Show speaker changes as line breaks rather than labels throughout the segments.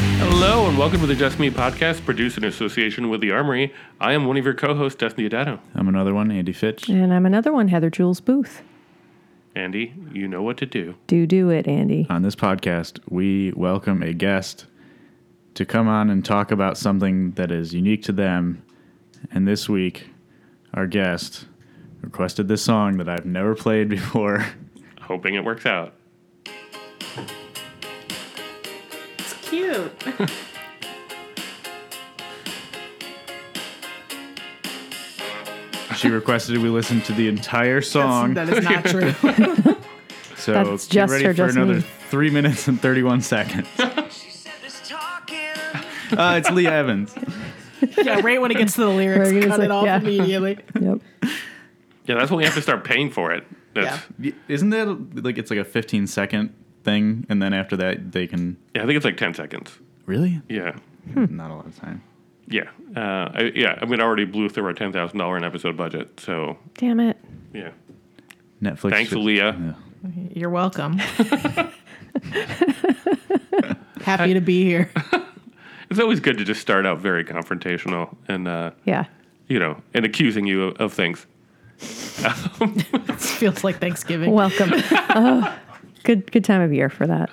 Hello and welcome to the Just Me podcast, produced in association with the Armory. I am one of your co-hosts, Destiny Adato.
I'm another one, Andy Fitch.
And I'm another one, Heather Jules Booth.
Andy, you know what to do.
Do do it, Andy.
On this podcast, we welcome a guest to come on and talk about something that is unique to them. And this week, our guest requested this song that I've never played before.
Hoping it works out.
It's cute.
She requested we listen to the entire
That's,
song.
that is not true.
so
That's
get
just
ready
her,
for
just
another
me.
three minutes and 31 seconds. Uh, it's Lee Evans.
yeah, right when it gets to the lyrics,
Right, it's
cut
like,
it off
yeah.
immediately.
Yep.
Yeah, that's when we have to start paying for it. That's,
Y- Isn't that like it's like a 15 second thing? And then after that, they can.
yeah. I think it's like ten seconds.
Really?
Yeah,
Not a lot
Hmm.
of time.
yeah, uh, I, yeah. I mean, I already blew through our ten thousand dollar an episode budget, so
Damn it.
yeah.
Netflix.
Thanks,
should-
Leah.
You're welcome. Happy to be here.
It's always good to just start out very confrontational and uh,
Yeah.
you know and accusing you of, of things.
This feels like Thanksgiving.
Welcome. oh, good good time of year for that.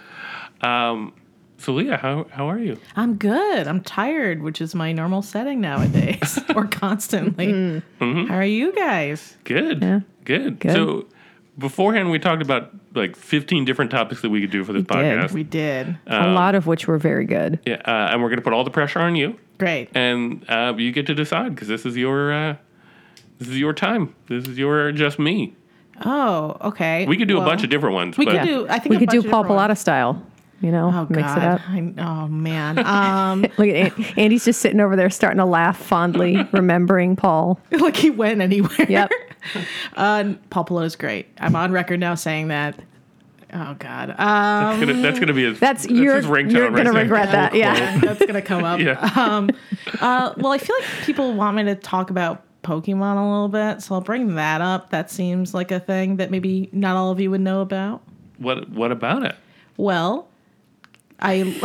So Leah, how how are you?
I'm good. I'm tired, which is my normal setting nowadays, or constantly.
Mm-hmm.
How are you guys?
Good.
Yeah.
Good.
Good.
So beforehand we talked about like 15 different topics that we could do for this
We did.
podcast.
We did
Uh,
a lot of which were very good.
yeah, uh, and we're going to put all the pressure on you
great.
and uh, you get to decide cuz this is your uh, this is your time. This is your just me.
Oh, okay.
We could do
Well,
a bunch of different ones,
We
but
could do. I think
we
a
could do
bunch of
Paul
different
Pallotta
ones.
style. You know,
Oh
mix
God.
it up.
I- oh man. Um,
Look at An- Andy's just sitting over there starting to laugh fondly, remembering Paul.
like he went anywhere.
Yep.
Uh, Paul Pelota's great. I'm on record now saying that. Oh God. Um,
that's gonna, that's going to be his
That's your
his ringtone
you're
right
gonna
there.
regret that. Yeah.
yeah, that's gonna come up.
Yeah.
Um, uh, well, I feel like people want me to talk about Pokemon a little bit, so I'll bring that up. That seems like a thing that maybe not all of you would know about.
What what about it?
Well, I,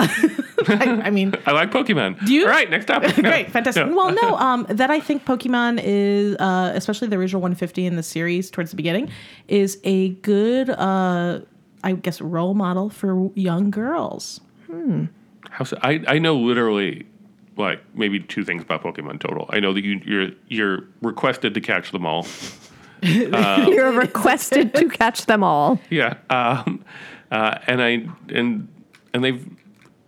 I, I mean,
I like Pokemon.
you-
All right, next topic. No.
Great, fantastic.
No.
Well, no, um, that I think Pokemon is, uh, especially the original 150 in the series towards the beginning, is a good, uh, I guess, role model for young girls.
How so? I, I know literally like maybe two things about Pokemon total. I know that you you're you're requested to catch them all.
You're requested to catch them all.
Yeah. Um, uh, and I and and they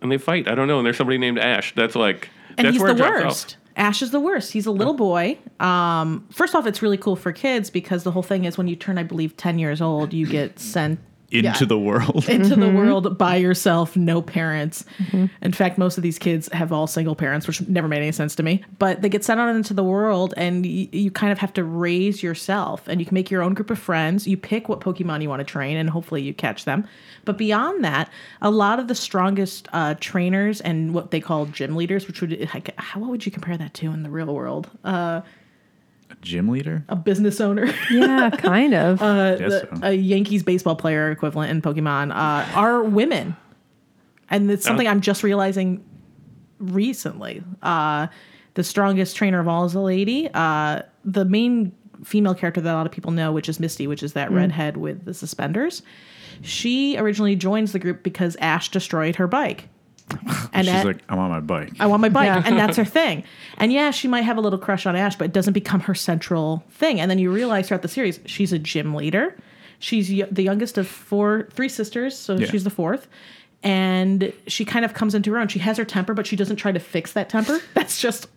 and they fight. I don't know. And there's somebody named Ash. That's like
and
that's
he's
where
the
it drops
worst. Ash is the worst. He's a little boy. Um, first off, it's really cool for kids because the whole thing is when you turn, I believe, ten years old, you get sent
Into
Yeah.
the world.
into the world by yourself, no parents. In fact, most of these kids have all single parents, which never made any sense to me. But they get sent out into the world, and y- you kind of have to raise yourself, and you can make your own group of friends. You pick what Pokemon you want to train, and hopefully you catch them. But beyond that, a lot of the strongest uh, trainers and what they call gym leaders, which would like, how what would you compare that to in the real world? Uh,
Gym leader?
a business owner.
Yeah, kind of.
Uh,
Guess
the-
uh,
so.
a Yankees baseball player equivalent in Pokemon uh, are women, and it's something
Oh.
I'm just realizing recently. Uh, the strongest trainer of all is a lady. Uh, the main female character that a lot of people know, which is Misty, which is that
Mm.
redhead with the suspenders. She originally joins the group because Ash destroyed her bike. And
She's
that-
like, I'm on my bike.
I want my bike, and that's her thing. And yeah, she might have a little crush on Ash, but it doesn't become her central thing. And then you realize throughout the series, she's a gym leader. She's y- the youngest of four, three sisters, so
Yeah.
she's the fourth. And she kind of comes into her own. She has her temper, but she doesn't try to fix that temper. That's just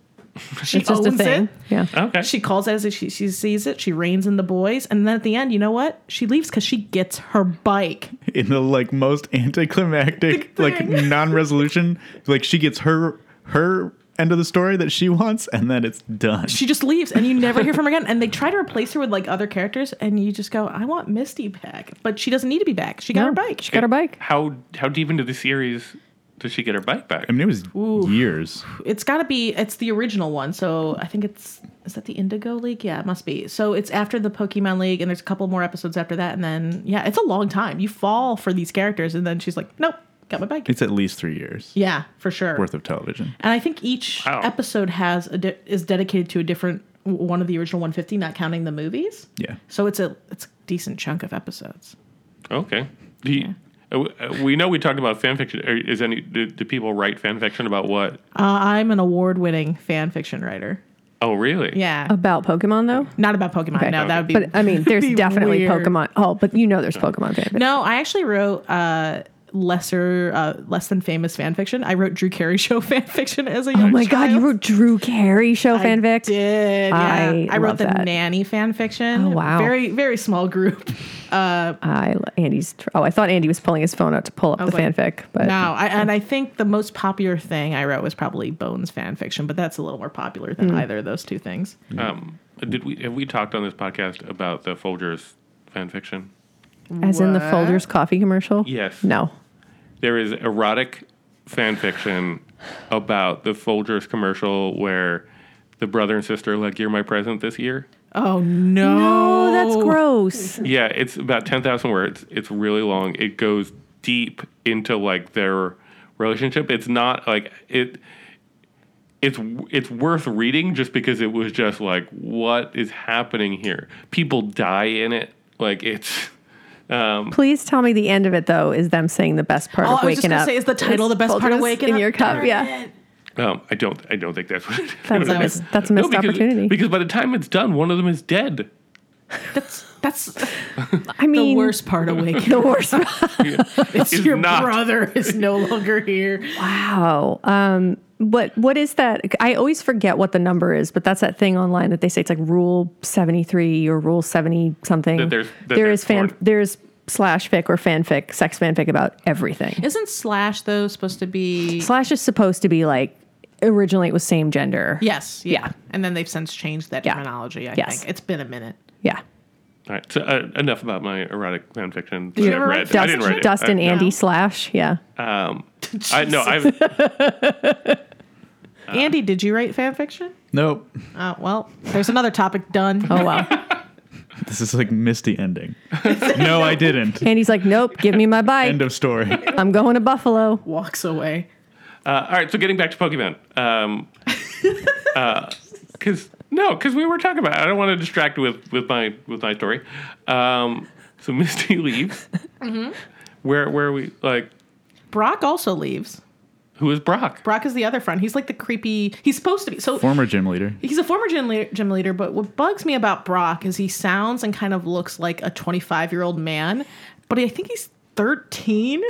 she
it's just a
owns
thing.
it.
Yeah.
Off. Okay.
She calls it as she, she sees it. She reigns in the boys, and then at the end, you know what? She leaves because she gets her bike.
In the like most anticlimactic,
Big
like
thing.
non-resolution. Like she gets her her end of the story that she wants, and then it's done.
she just leaves and you never hear from her again and they try to replace her with like other characters and you just go i want misty back but she doesn't need to be back she got
No,
her bike
She got her bike.
How how deep into the series does she get her bike back?
I mean, it was years.
it's got to be it's the original one so i think it's is that the indigo league yeah it must be so it's after the pokemon league and there's a couple more episodes after that and then yeah it's a long time you fall for these characters and then she's like nope got my bike.
It's at least three years
yeah, for sure.
worth of television.
And I think each
Wow.
episode has a de- is dedicated to a different w- one of the original 150, not counting the movies.
Yeah.
So it's a it's a decent chunk of episodes.
Okay. Do you, uh, uh, we know we talked about fan fiction. Are- Is any do, do people write fan fiction about what?
Uh, I'm an award-winning fan fiction writer.
Oh, really?
Yeah,
About Pokemon though?
not about Pokemon.
Okay.
No, that would be.
But I mean, there's
be
definitely
weird.
Pokemon. Oh, but you know there's Pokemon fan.
No, I actually wrote uh, lesser, uh, less than famous fan fiction. I wrote Drew Carey show fan fiction as a young
Oh my god, you
child.
wrote Drew Carey show
I
fanfic.
Did yeah.
I
I,
love
wrote the
that.
nanny fan fiction.
Oh, wow.
Very very small group.
I Andy's. Oh, I thought Andy was pulling his phone out to pull up the
was like,
fanfic, but
No, I, and I think the most popular thing I wrote was probably Bones fan fiction, but that's a little more popular
Hmm.
than either of those two things.
Um, did we have we talked on this podcast about the Folgers fan fiction?
as in the
What?
Folgers coffee commercial.
Yes.
No.
There is erotic fan fiction about the Folgers commercial where the brother and sister are like, "You're my present this year."
Oh no,
Oh, that's gross.
Yeah, it's about 10,000 words. It's really long. It goes deep into like their relationship. It's not like it it's it's worth reading just because it was just like what is happening here? People die in it. Like it's
Please tell me the end of it though is them saying the best part
Oh,
of
I was just
waking
gonna
up.
say, is the title the best part of
Folgers
waking
in
up?
your cup?
Darn
yeah.
it.
um, I don't I don't think that's what it,
That's a
what it
miss-
is.
that's a missed
because,
opportunity.
Because by the time it's done, one of them is dead.
That's that's
I mean,
the worst part of waking
The worst.
It's
Is
your
not.
brother is no longer here.
wow. Um. What what is that? I always forget what the number is, but that's that thing online that they say it's like Rule seventy three or Rule seventy something.
That there's- that
there
there's
is fan
porn.
there's slash fic or fanfic, sex fanfic about everything.
Isn't Slash though supposed to be?
Slash is supposed to be like originally it was same gender.
yes, yeah.
Yeah.
And then they've since changed that
Yeah.
terminology. I
Yes.
think it's been a minute.
Yeah.
All right. So uh, enough about my erotic fan fiction that
you
I've
ever write
read. I
Dust,
didn't write it.
Dust
I-
and
no.
Andy slash. Yeah.
I no, I've uh,
Andy, did you write fan fiction?
Nope.
Uh, well, there's another topic done.
Oh wow.
This is like misty ending. no, I didn't.
Andy's like, Nope, give me my bike.
End of story.
I'm going to Buffalo.
Walks away.
Uh, all right, so getting back to Pokemon, because no, because we were talking about. It. I don't want to distract with with my with my story. Um, so Misty leaves. Where where are we like?
Brock also leaves.
Who is Brock?
Brock is the other friend. He's like the creepy. He's supposed to be so.
Former gym leader.
He's a former gym leader, gym leader, but what bugs me about Brock is he sounds and kind of looks like a 25 year old man, but I think he's 13.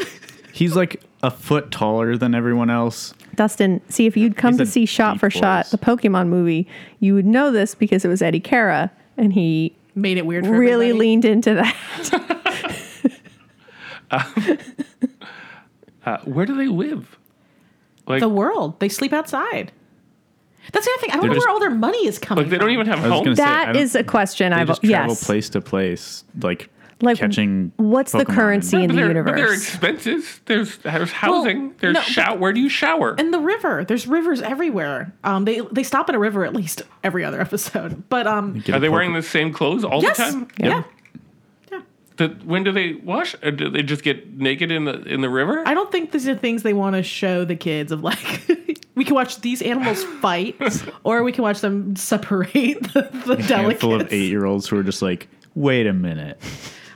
He's like a foot taller than everyone else.
Dustin, see if you'd come
He's
to
a
see Shot
deep
for Shot,
voice.
the Pokemon movie, you would know this because it was Eddie Cara and he
Made it weird. For
really
everybody.
leaned into that.
Uh, where do they live? Like
the world. They sleep outside. That's the other thing. I don't know
just-
where all their money is coming.
like they don't
from.
even have
I was
home.
gonna say- I
That
don't-
is a question
They
I've
just travel
yes.
place to place, like,
Like,
catching.
What's the
Pokemon and-
currency in
But
the
there- but there are
universe?
expenses. There's there's housing. there's
no, but-
shower. Where do you shower?
And the river. There's rivers everywhere. Um, they they stop at a river at least every other episode. But um,
Get
Are
a
they
Poke-
wearing the same clothes all
yes,
the time?
yeah, yeah.
The, when do they wash? Or do they just get naked in the in the river?
I don't think these are things they want to show the kids of like we can watch these animals fight or we can watch them separate the, the delicates.
handful of eight year olds who are just like, wait a minute.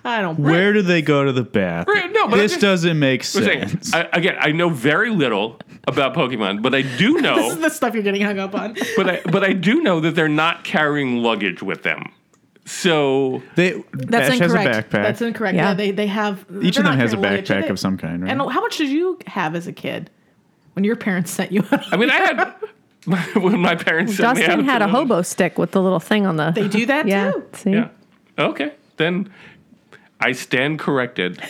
I don't
Where do they go to the bath?
Right, no, but I'm
this
just-
doesn't make
I'm saying,
sense.
I, again, I know very little about Pokemon, but I do
This is
know,
the stuff you're getting hung up on.
but I but I do know that they're not carrying luggage with them. So
they,
That's
Ash
incorrect.
has a backpack.
That's incorrect.
Yeah.
Yeah, they they have
Each
they're
of them
not
has a
carrying luggage,
backpack
they-
of some kind, right?
And how much did you have as a kid when your parents sent you out?
I mean, I had my, when my parents sent me
Dustin
out
had
to
a
the-
hobo stick with the little thing on the
They do that
Yeah.
too.
See?
Yeah. Okay, then I stand corrected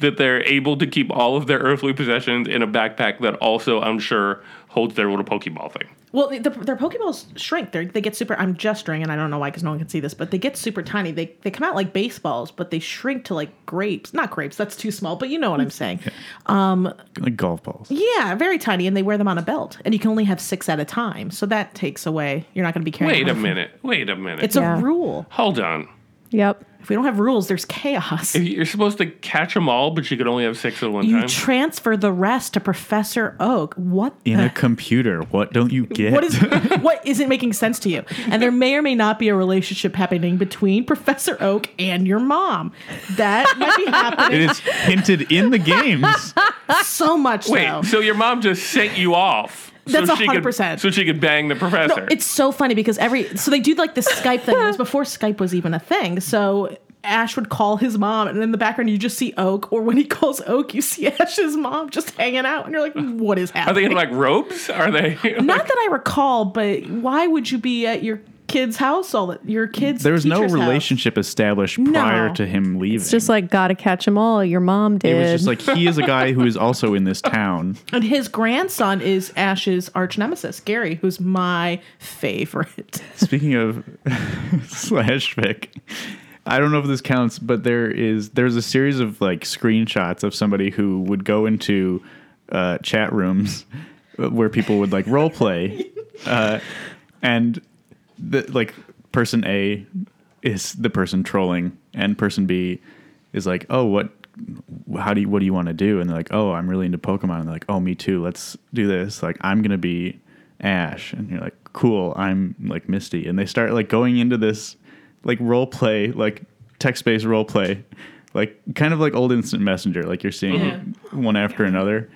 that they're able to keep all of their earthly possessions in a backpack that also, I'm sure, holds their little Pokeball thing.
Well, the, their Pokeballs shrink. They they get super. I'm gesturing, and I don't know why, because no one can see this, but they get super tiny. They they come out like baseballs, but they shrink to like grapes. Not grapes. That's too small. But you know what I'm saying.
like golf balls.
Yeah, very tiny, and they wear them on a belt, and you can only have six at a time. So that takes away. You're not going to be carrying.
Wait a
them.
minute. Wait a minute.
It's
Yeah.
a rule.
Hold on.
Yep.
If we don't have rules, there's chaos.
If You're supposed to catch them all, but you could only have six at one
You
time.
transfer the rest to Professor Oak. What
in
the
a computer. What don't you get?
What is what isn't making sense to you? And there may or may not be a relationship happening between Professor Oak and your mom. That might be happening
it is hinted in the games.
so much
Wait,
though.
so your mom just sent you off?
That's
so she
100%.
Could, so she could bang the
No,
professor.
it's so funny because every so they do like this Skype thing. It was before Skype was even a thing. So Ash would call his mom, and in the background you just see Oak, or when he calls Oak, you see Ash's mom just hanging out, and you're like, what is
Are they
happening?
in like robes? Are they?
Not that I recall, but why would you be at your kid's house all the, your kids?
There was no
teacher's house?
relationship established prior
No.
to him leaving.
It's just like gotta catch them all. Your mom did.
it was just like he is a guy who is also in this town.
And his grandson is Ash's arch nemesis, Gary, who's my favorite.
Speaking of slash Vic, I don't know if this counts, but there is there's a series of like screenshots of somebody who would go into uh, chat rooms where people would like role play, uh, and the, like person A is the person trolling, and person B is like, oh, what, how do you, what do you want to do? And they're like, oh, I'm really into Pokemon. And they're like, oh, me too. Let's do this. Like, I'm gonna be Ash, and you're like, cool. I'm like Misty, and they start like going into this like role play, like text based role play, like kind of like old instant messenger, like you're seeing
Yeah.
one after another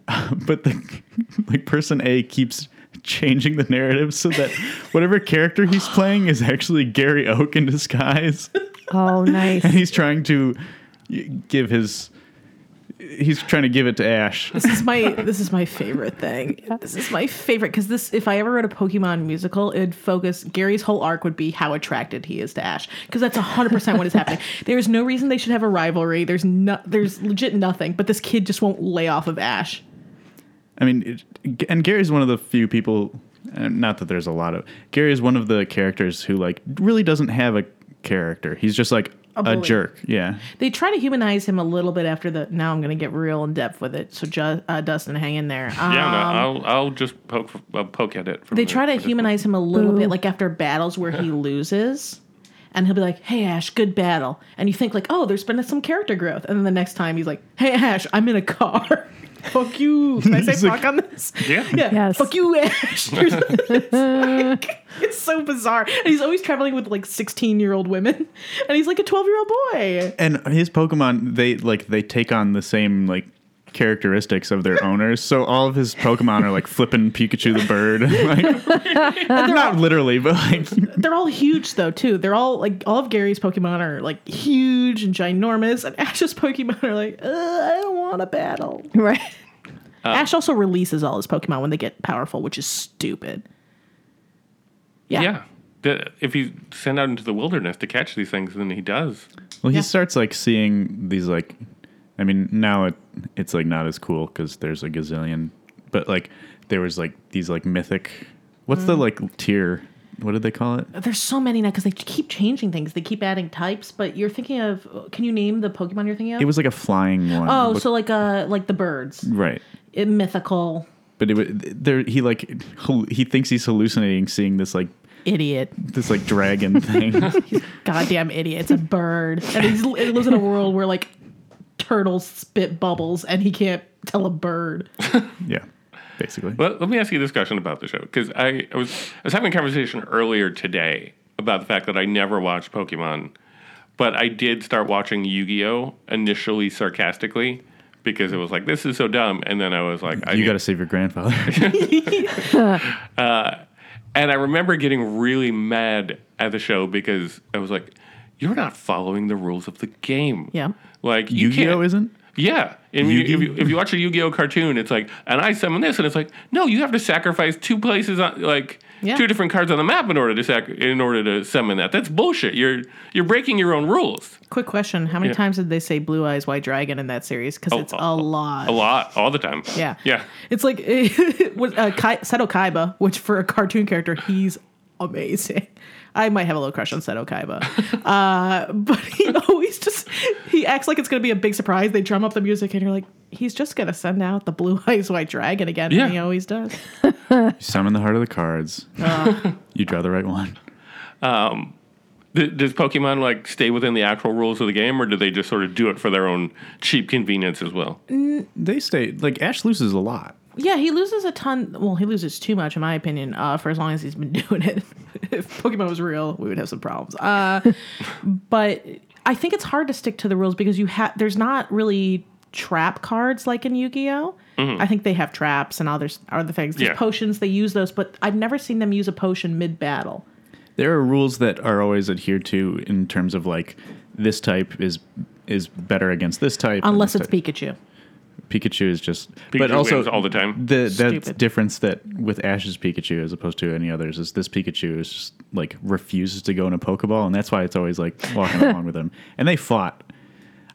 but the like person A keeps changing the narrative so that whatever character he's playing is actually Gary Oak in disguise,
oh, nice.
and he's trying to give his he's trying to give it to Ash.
This is my this is my favorite thing. This is my favorite because this if I ever wrote a Pokemon musical, it'd focus Gary's whole arc would be how attracted he is to Ash because that's hundred percent what is happening. There's no reason they should have a rivalry. There's no there's legit nothing, but this kid just won't lay off of Ash.
I mean, it, and Gary's one of the few people. uh, Not that there's a lot of Gary is one of the characters who like really doesn't have a character. He's just like a,
bully.
jerk. Yeah,
They try to humanize him a little bit after the. Now I'm going to get real in depth with it. So ju- uh, Dustin, hang in there. Um,
yeah, no, I'll I'll just poke uh, poke at it. From
They
the-
try to
from the-
humanize him a little
Boo.
bit, like after battles where he loses, and he'll be like, "Hey Ash, good battle," and you think like, "Oh, there's been some character growth," and then the next time he's like, "Hey Ash, I'm in a car." fuck you. Can I say
He's like-
fuck on this?
Yeah.
Yeah.
Yes.
Fuck you, Ash. You're- it's, like- it's so bizarre, and he's always traveling with like 16 year old women, and he's like a 12 year old boy.
and his Pokemon they like they take on the same like characteristics of their owners. So all of his Pokemon are like flipping Pikachu the bird. like, not literally, but like
They're all huge though too. They're all like all of Gary's Pokemon are like huge and ginormous, and Ash's Pokemon are like, Ugh, I don't want a battle.
right.
Ash also releases all his Pokemon when they get powerful, which is stupid. Yeah.
Yeah. The- if you send out into the wilderness to catch these things, then he does.
well, he
Yeah.
starts like seeing these like. I mean, now it it's like not as cool because there's a gazillion, but like there was like these like mythic. What's
Mm.
the like tier? What did they call it?
There's so many now because they keep changing things. They keep adding types, but you're thinking of can you name the Pokemon you're thinking of?
It was like a flying one.
oh,
Look-
so like uh like the birds.
right.
It, mythical
But it wa- there he like hal- he thinks he's hallucinating seeing this like
idiot.
this like dragon thing.
Goddamn idiot. It's a bird. And he's, it lives in a world where like turtles spit bubbles and he can't tell a bird.
yeah, basically.
Well, let me ask you this question about the show because I, I was I was having a conversation earlier today about the fact that I never watched Pokemon, but I did start watching Yu Gi Oh initially sarcastically because it was like this is so dumb, and then I was like, I
you
need-
got to save your grandfather.
And I remember getting really mad at the show because I was like, "You're not following the rules of the game."
Yeah.
Like you
Yu-Gi-Oh
can't-
isn't.
Yeah. And you,
Yu-Gi-Oh?
if, you, if you watch a Yu-Gi-Oh cartoon, it's like, and I summon this, and it's like, no, you have to sacrifice two places on like
Yeah.
two different cards on the map in order to sac- in order to summon that. That's bullshit. You're you're breaking your own rules.
Quick question. How many
Yeah.
times did they say blue eyes, white dragon in that series? Because it's a lot.
A lot, all the time.
Yeah.
Yeah.
It's like was uh, Kai, Seto Kaiba, which for a cartoon character, he's amazing. I might have a little crush on Seto Kaiba, uh, but he always just he acts like it's going to be a big surprise. They drum up the music, and you're like, he's just going to send out the blue eyes white dragon again,
Yeah.
and he always does. Uh.
You summon the heart of the cards. you draw the right one.
Th- Does Pokemon like stay within the actual rules of the game, or do they just sort of do it for their own cheap convenience as well?
They stay like Ash loses a lot.
Yeah, he loses a ton. Well, he loses too much, in my opinion, uh, for as long as he's been doing it. if Pokemon was real, we would have some problems. Uh, but I think it's hard to stick to the rules because you have there's not really trap cards like in Yu-Gi-Oh. I think they have traps and other other things. There's
Mm-hmm. Yeah.
potions they use those, but I've never seen them use a potion mid battle.
There are rules that are always adhered to in terms of like this type is is better against this type and
Unless
this
it's
type.
Pikachu.
Pikachu is just but
Pikachu
also
wins all the time.
the that
Stupid.
difference that with Ash's Pikachu as opposed to any others is this Pikachu is just like refuses to go in a Pokeball and that's why it's always like walking along with him and they fought.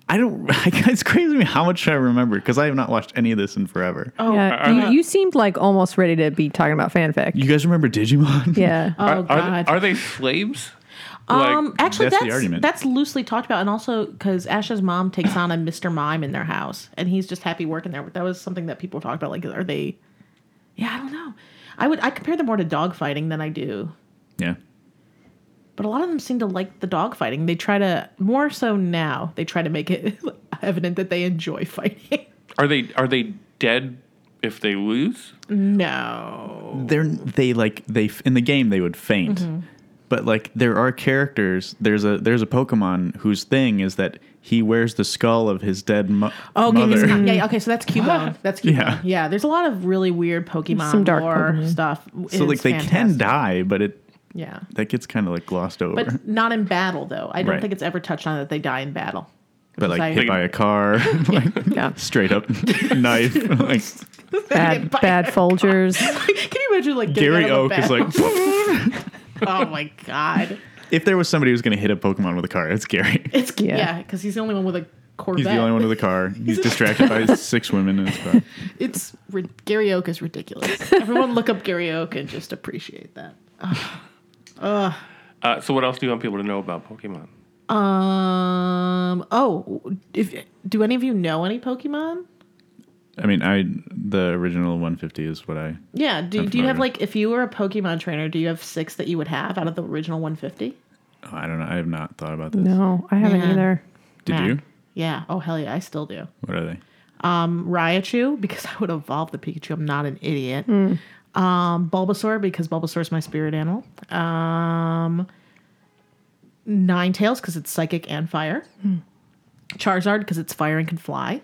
I don't. It's crazy to me how much I remember because I have not watched any of this in forever.
Oh,
I-
yeah,
I-
you, you seemed like almost ready to be talking about fanfic.
You guys remember Digimon?
yeah.
Oh
are,
god.
are, are they slaves?
Um, actually,
That's
that's
the argument.
that's loosely talked about, and also because Ash's mom takes on a Mr. Mime in their house, and he's just happy working there. That was something that people talked about. Like, are they? Yeah, I don't know. I would I compare them more to dogfighting than I do,
yeah.
but a lot of them seem to like the dogfighting. They try to more so now. They try to make it evident that they enjoy fighting.
Are they are they dead if they lose?
no,
they're they like they in the game they would faint
Mm-hmm.
but like there are characters there's a there's a pokemon whose thing is that he wears the skull of his dead mo-
Oh, okay, he's
mother
not- yeah, yeah, okay. So that's Cubone. That's Cubone.
Yeah.
Yeah. there's a lot of really weird Pokemon
Some dark
lore
Pokemon.
stuff.
so like they can die but it
Yeah.
that gets kind of like glossed over but,
But not in battle, though. I don't
Right.
think it's ever touched on that they die in battle.
like
I-
hit by a car like,
Yeah.
straight up knife like
Bad, bad Folgers.
Can you imagine like getting
gary
out of
oak
a
is like
battle? oh my god,
if there was somebody who's going to hit a pokemon with a car it's gary
it's
Yeah.
yeah, because he's the only one with a Corvette.
he's the only one with a car he's distracted by six women in his car
It's ri- Gary Oak is ridiculous. Everyone look up Gary Oak and just appreciate that.
Uh, so what else do you want people to know about Pokemon?
Um. Oh, if do any of you know any Pokemon?
i mean i the original 150 is what i
Yeah. Do,
I'm
do you have
familiar.
like if you were a Pokemon trainer, do you have six that you would have out of the original 150?
Oh, I don't know. I have not thought about this.
No, I haven't
Man.
either.
Did
Nah.
you?
Yeah. Oh hell yeah, I still do.
What are they?
Raichu because I would evolve the Pikachu. I'm not an idiot. Um, Bulbasaur because Bulbasaur is my spirit animal. Um, Ninetales because it's psychic and fire. Charizard because it's fire and can fly.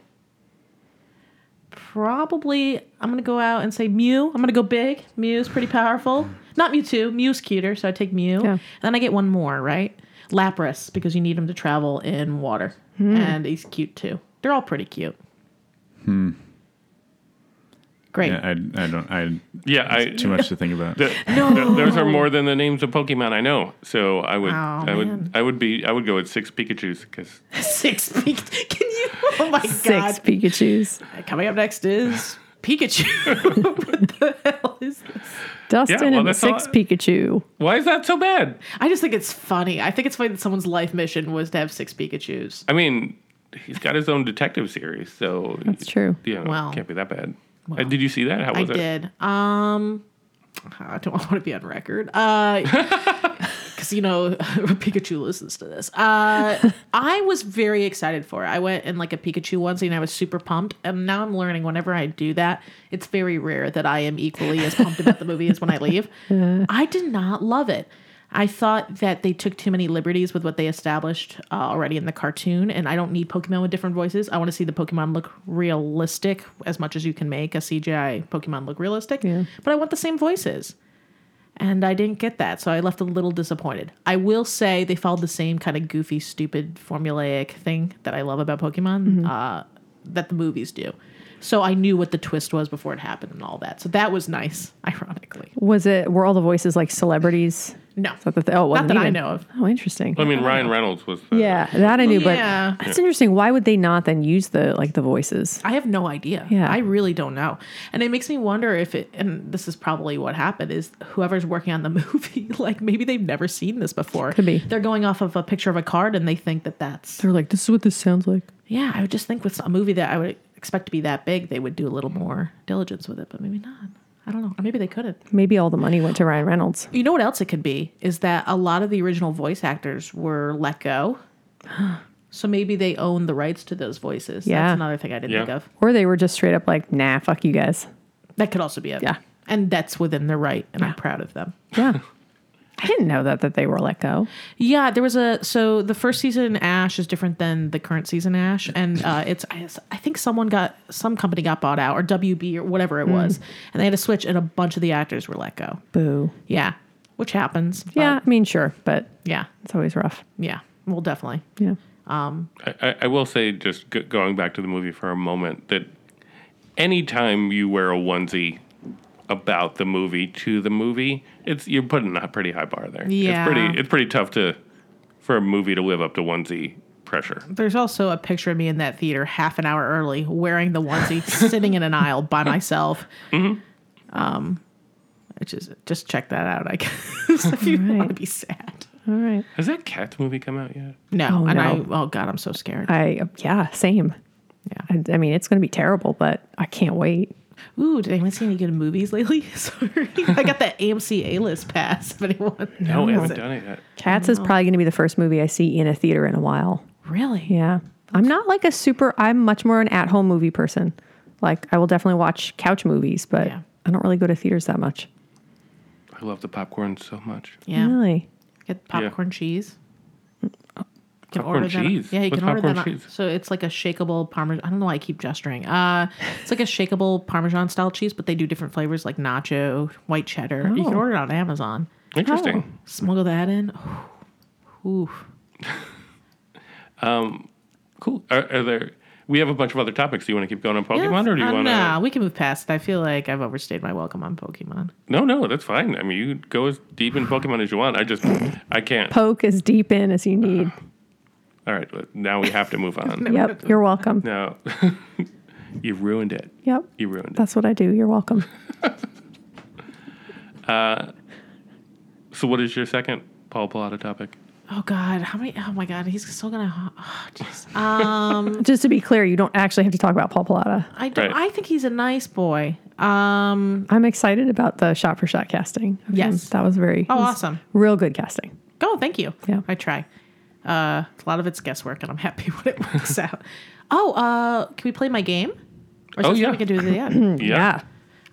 Probably I'm gonna go out and say Mew. I'm gonna go big. Mew's pretty powerful. Not Mewtwo. Mew's cuter, so I take Mew.
Yeah.
And then I get one more, right? Lapras because you need him to travel in water, and he's cute too. They're all pretty cute. Great.
Yeah, I, I don't. I
Yeah, I
too much to think about.
th- th- those are more than the names of Pokemon I know. So I would,
Aw,
I would,
Oh, man.
I would be, I would go with six Pikachu's because
Six Pikachu. Can you? Oh my
Six Pikachu's.
God. Coming up next is Pikachu. what the hell is this?
Dustin
well,
and the
that's all
six
I-
Pikachu.
why is that so bad?
I just think it's funny. I think it's funny that someone's life mission was to have six Pikachus.
I mean, he's got his own detective series, so
That's true.
Yeah,
Well.
can't be that bad. Uh, did you see that? How
I
was it?
did. Um, I don't want to be on record. Uh, because you know Pikachu listens to this. Uh, I was very excited for it. I went in like a Pikachu onesie and I was super pumped. And now I'm learning whenever I do that, it's very rare that I am equally as pumped about the movie as when I leave. I did not love it. I thought that they took too many liberties with what they established uh, already in the cartoon, and I don't need Pokemon with different voices. I want to see the Pokemon look realistic as much as you can make a CGI Pokemon look realistic,
Yeah.
but I want the same voices and I didn't get that, so I left a little disappointed. I will say they followed the same kind of goofy, stupid, formulaic thing that I love about Pokemon
Mm-hmm.
uh, that the movies do. So I knew what the twist was before it happened and all that. So that was nice, ironically.
Was it? Were all the voices like celebrities?
No,
Is that the th- oh, it
not
wasn't
that I
even.
know of.
Oh, interesting.
I mean, Ryan Reynolds was. The,
yeah, that I knew,
Yeah.
but that's interesting. Why would they not then use the like the voices?
I have no idea.
Yeah.
I really don't know. And it makes me wonder if it and this is probably what happened is whoever's working on the movie like maybe they've never seen this before.
Could be.
They're going off of a picture of a card and they think that that's
They're like, this is what this sounds like.
Yeah, I would just think with a movie that I would expect to be that big, they would do a little more diligence with it, but maybe not. I don't know. Maybe they couldn't.
Maybe all the money went to Ryan Reynolds.
You know what else it could be is that a lot of the original voice actors were let go. So maybe they own the rights to those voices.
Yeah.
That's another thing I didn't
Yeah.
think of.
Or they were just straight up like, nah, fuck you guys.
That could also be it.
Yeah.
And that's within their right, and I'm proud of them.
Yeah. I didn't know that that they were let go.
Yeah, there was a so the first season Ash is different than the current season Ash, and uh, it's I I think someone got some company got bought out or WB or whatever it was, and they had to switch, and a bunch of the actors were let go.
Boo.
Yeah, which happens. but
Yeah, I mean, sure, but
yeah,
it's always rough.
yeah. Well, definitely.
Yeah.
I, I- I will say, just g- going back to the movie for a moment, that anytime you wear a onesie about the movie to the movie, it's you're putting a pretty high bar there.
Yeah.
it's pretty it's pretty tough to for a movie to live up to onesie pressure.
There's also a picture of me in that theater half an hour early, wearing the onesie, sitting in an aisle by myself. Um, which is just check that out. I guess if you want to be sad.
All right.
Has that Cats movie come out yet?
No,
Oh,
and
no.
I oh god, I'm so scared.
I, yeah, same.
yeah.
I, I mean, it's going to be terrible, but I can't wait.
Ooh, did anyone see any good movies lately? Sorry, I got that AMC A list pass. If anyone,
No, we
knows
haven't
it.
done it yet.
Cats is probably going to be the first movie I see in a theater in a while.
Really?
Yeah. I'm not like a super, I'm much more an at home movie person. Like, I will definitely watch couch movies, but
Yeah.
I don't really go to theaters that much.
I love the popcorn so much.
Yeah.
Really?
Get popcorn cheese. You can
Popcorn
order that-
cheese?
Yeah, you
What's
can order
popcorn
that. on-
cheese?
So it's like a shakeable parmesan. I don't know why I keep gesturing. Uh, it's like a shakeable parmesan style cheese, but they do different flavors like nacho, white cheddar. You can
Oh.
order it on Amazon.
Interesting.
Smuggle that in. Ooh.
Cool. Are, are there? We have a bunch of other topics. Do you want to keep going on Pokemon, or do you
Uh,
want to?
No, we can move past it. I feel like I've overstayed my welcome on Pokemon.
No, no, that's fine. I mean, you go as deep in Pokemon as you want. I just, I can't.
Poke as deep in as you need.
All right, now we have to move on.
Yep. You're welcome.
no, you ruined it.
Yep.
You ruined
That's what I do. You're welcome.
it. So, what is your second Paul Pilata topic?
Oh God, how many? Oh my God, he's still gonna. Oh, jeez.
Just to be clear, you don't actually have to talk about Paul Pallotta.
I don't.
Right.
I think he's a nice boy. Um.
I'm excited about the shot for shot casting. of him.
Yes.
That was very
Oh,
it was
awesome.
Real good casting.
Oh, thank you.
Yeah.
I try. Uh, a lot of it's guesswork, and I'm happy when it works out. Oh, uh, can we play my game? Or is
Oh,
that something
yeah.
we can do at the end.
Yeah.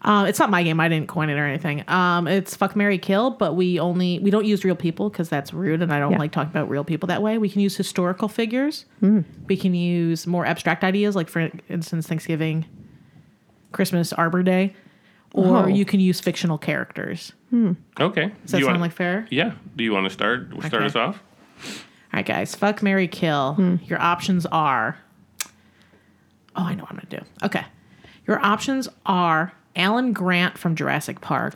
um, it's not my game. I didn't coin it or anything. Um, it's fuck Mary Kill, but we only we don't use real people because that's rude, and I don't
Yeah.
like talking about real people that way. We can use historical figures.
Hmm.
We can use more abstract ideas, like for instance, Thanksgiving, Christmas, Arbor Day, or
Oh.
you can use fictional characters.
Okay.
Does that
you
sound
wanna-
like fair?
Yeah. Do you want to start? Start
Okay.
us off.
All right, guys. Fuck, Mary, kill.
Hmm.
Your options are. Oh, I know what I'm gonna do. Okay, your options are Alan Grant from Jurassic Park.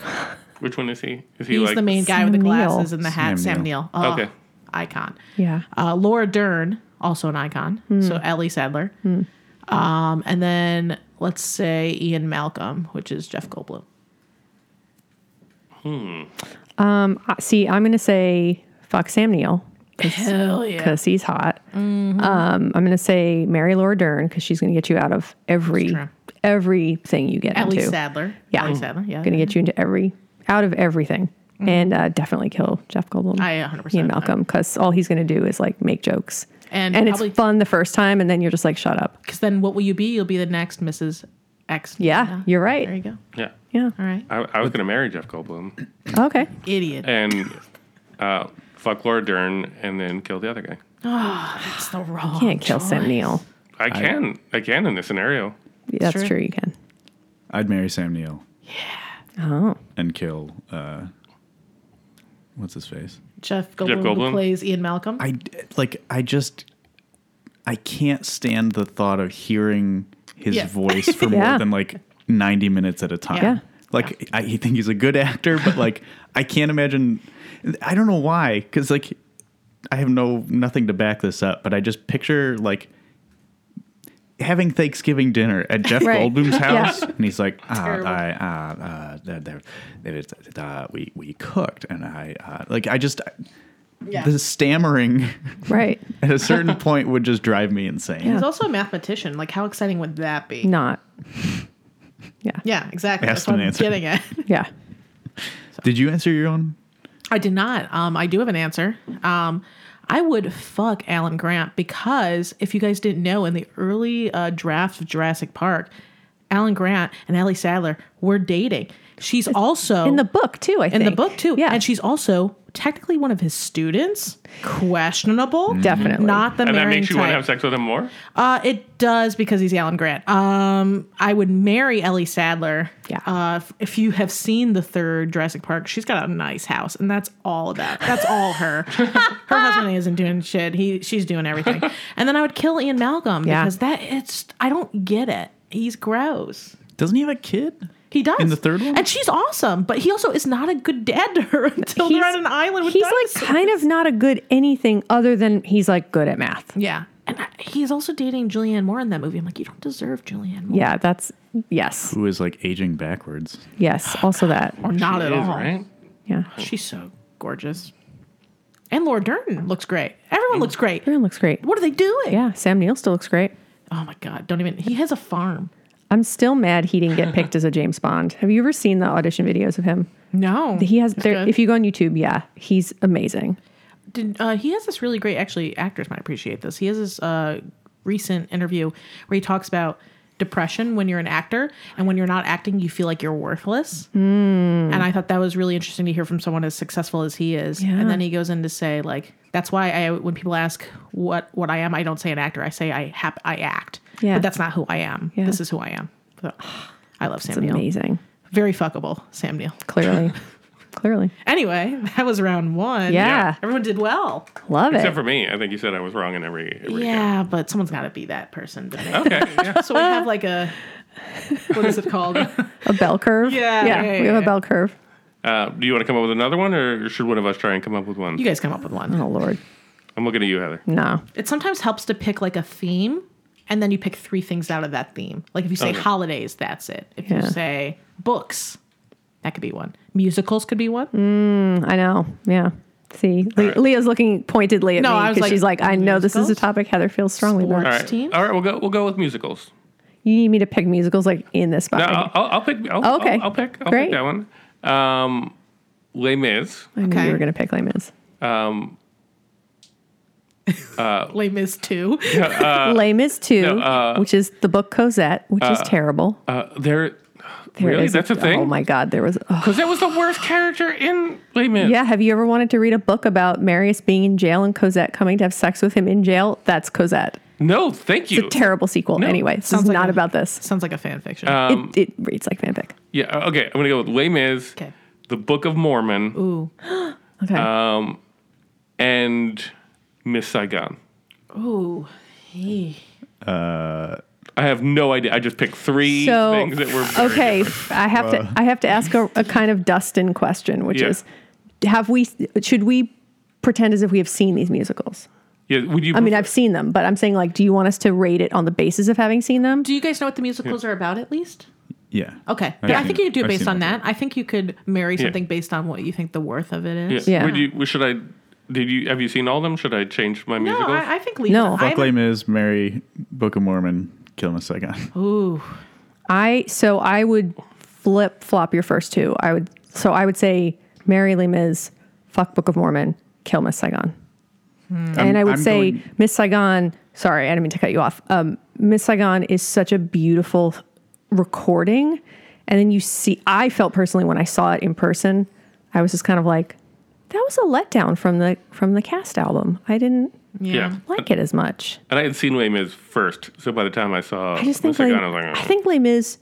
Which one is he? Is he
He's
like
the main guy
Sam
with the
Neill.
glasses and the hat.
Sam
Sam
Neill.
Neill. Oh,
Okay.
icon.
Yeah.
Uh, Laura Dern, also an icon.
Hmm.
So Ellie Sadler. Um, and then let's say Ian Malcolm, which is Jeff Goldblum.
Uh, see, I'm going to say fuck Sam Neill
Hell yeah! Mm-hmm.
because he's hot. Um, I'm going to say Mary Laura Dern because she's going to get you out of every
true.
everything you get
Ellie
into.
Sadler.
Yeah.
Ellie Sadler. Yeah.
Going to get you into every out of everything, and uh, definitely kill Jeff Goldblum.
Mm-hmm. I 100%.
Ian Malcolm because all he's going to do is like make jokes.
And
and
probably-
it's fun the first time, and then you're just like, shut up.
Because then what will you be? You'll be the next Mrs. X.
Yeah, you're right.
There you go.
Yeah.
Yeah.
All right.
I, I was going to marry Jeff Goldblum
Okay.
Idiot.
and uh, fuck Laura Dern and then kill the other guy.
That's the wrong.
Can't kill Sam
choice.
Neill.
I can. I can in this scenario.
That's
true.
true. You can.
I'd marry Sam Neill
Oh,
and kill. Uh, what's his face?
Jeff Goldblum,
Goldblum?
Who plays Ian Malcolm.
I d- like. I just. I can't stand the thought of hearing his
Yeah.
voice for
Yeah.
more than like ninety minutes at a time.
Yeah.
Like I I think he's a good actor, but like I can't imagine. I don't know why, because like I have no nothing to back this up, but I just picture like having Thanksgiving dinner at Jeff
Right.
Goldblum's
Yeah.
house, and he's like, ah,
Terrible.
I, uh, uh, there, there, there is, uh, we we cooked, and I uh, like I just
Yeah.
the stammering
right.
at a certain point would just drive me insane.
He's also a mathematician. Like, how exciting would that be?
Not. Yeah.
Yeah, exactly.
Asked
That's what
and
I'm
answered.
getting at.
Yeah.
Did you answer your own?
I did not. Um, I do have an answer. Um, I would fuck Alan Grant because if you guys didn't know, in the early uh, drafts of Jurassic Park, Alan Grant and Ellie Sadler were dating. She's also
In the book too, I think.
in the book too.
Yeah.
and she's also technically one of his students. Questionable,
Mm. Definitely.
not the
and that
marrying
makes you want to
type.
have sex with him more.
Uh, it does because he's Alan Grant. Um, I would marry Ellie Sadler.
Yeah.
Uh, if- if you have seen the third Jurassic Park, she's got a nice house, and that's all that. That's all her. her husband isn't doing shit. He she's doing everything. And then I would kill Ian Malcolm
Yeah.
because that it's I don't get it. He's gross.
Doesn't he have a kid?
He does
In the third one?
and she's awesome, but he also is not a good dad to her until they're on an island. With
he's
dinosaurs.
like kind of not a good anything other than he's like good at math.
yeah, and I, he's also dating Julianne Moore in that movie. I'm like, you don't deserve Julianne Moore.
Yeah, that's yes.
Who is like aging backwards?
Yes. Also that.
Oh,
Or not
She
at
is,
all.
right?
Yeah.
She's so gorgeous. And Laura Dern looks great. Everyone looks great.
Everyone looks great.
What are they doing?
Yeah, Sam Neill still looks great.
Oh my God. Don't even. He has a farm.
I'm still mad he didn't get picked as a James Bond. Have you ever seen the audition videos of him?
No.
He has there
good.
if you go on YouTube, yeah, he's amazing.
Did, uh, he has this really great. Actually, actors might appreciate this. He has this uh, recent interview where he talks about depression when you're an actor and when you're not acting you feel like you're worthless
Hmm.
and i thought that was really interesting to hear from someone as successful as he is
Yeah.
and then he goes in to say like that's why i when people ask what what i am i don't say an actor i say i hap- i act
Yeah.
but that's not who i am
Yeah.
this is who i am So, i love sam
It's
neill
amazing.
very fuckable sam neill
Clearly. Clearly.
anyway that was round one
Yeah. Yeah.
everyone did well
Love
Except
it.
for me, I think you said I was wrong in every. every
Yeah, but someone's got to be that person. To make.
Okay. yeah.
So we have like a what is it called?
a bell curve.
Yeah,
Yeah.
yeah,
we
yeah,
have a
yeah.
bell curve.
Uh, do you want to come up with another one, or should one of us try and come up with one?
you guys come up with one.
Oh Lord.
I'm looking at you, Heather.
No.
It sometimes helps to pick like a theme, and then you pick three things out of that theme. Like if you say
Okay.
holidays, that's it. If
Yeah.
you say books, that could be one. Musicals could be one.
I know. Yeah. See, Le-
right.
Leah's looking pointedly at
No, I
me
was
because
like,
she's like, I know this is a
musicals?
topic Heather feels strongly about.
All
Sports.
right. Oh.
Sixteen?
All right. We'll go. We'll go with musicals.
You need me to pick musicals like in this
No,
spot.
I'll, I'll, I'll pick. I'll,
Okay.
I'll, I'll pick. I'll pick
Great.
that one. Um, Les Mis.
I knew
Okay.
you were going to pick Les Mis.
Les Mis two.
Les Mis 2,
no, uh,
which is the book Cosette, which is terrible.
Uh, there.
There
really,
is
that's a,
Oh
thing.
my God, there was. Oh.
Because that was the worst character in Les Mis.
Yeah, have you ever wanted to read a book about Marius being in jail and Cosette coming to have sex with him in jail? That's Cosette.
No, thank you.
It's a terrible sequel.
No. Um,
anyway, this
Sounds
is
like
not
a-
about this.
Sounds like a fan fiction.
it, it reads like fanfic.
yeah. uh, Okay. I'm gonna go with Les Mis.
Okay.
The Book of Mormon
Ooh,
Okay.
uh, and Miss Saigon.
ooh. Hey.
I have no idea. I just picked three
So,
things that were very
okay, I have to I have to ask a, a kind of Dustin question, which
Yeah.
is have we should we pretend as if we have seen these musicals?
Yeah, would you?
I mean, I've seen them, but I'm saying like do you want us to rate it on the basis of having seen them?
Do you guys know what the musicals are about at least?
Yeah.
Okay.
I've
Yeah, I
seen
think
it.
you could do it
I've
based
seen
on
it.
that. I think you could marry something based on what you think the worth of it is.
yeah.
Yeah.
Would you? Should I? Did you? Have you seen all of them? Should I change my
No,
musicals?
I, I think Lisa.
No.
I
Fuck Les Mis, Mary, Book of Mormon, Kill Miss Saigon.
ooh,
I so I would flip flop your first two. I would so I would say Mary Lee Miz, fuck Book of Mormon, kill Miss Saigon. and I would
I'm
say
going-
Miss Saigon. Sorry, I didn't mean to cut you off. Um, Miss Saigon is such a beautiful recording, and then you see. I felt personally when I saw it in person, I was just kind of like, that was a letdown from the from the cast album. I didn't
yeah.
yeah.
like it as much.
And I had seen Les Mis first, so by the time I saw
I just
Miss
think like,
Saigon, I was like,
I think Les Mis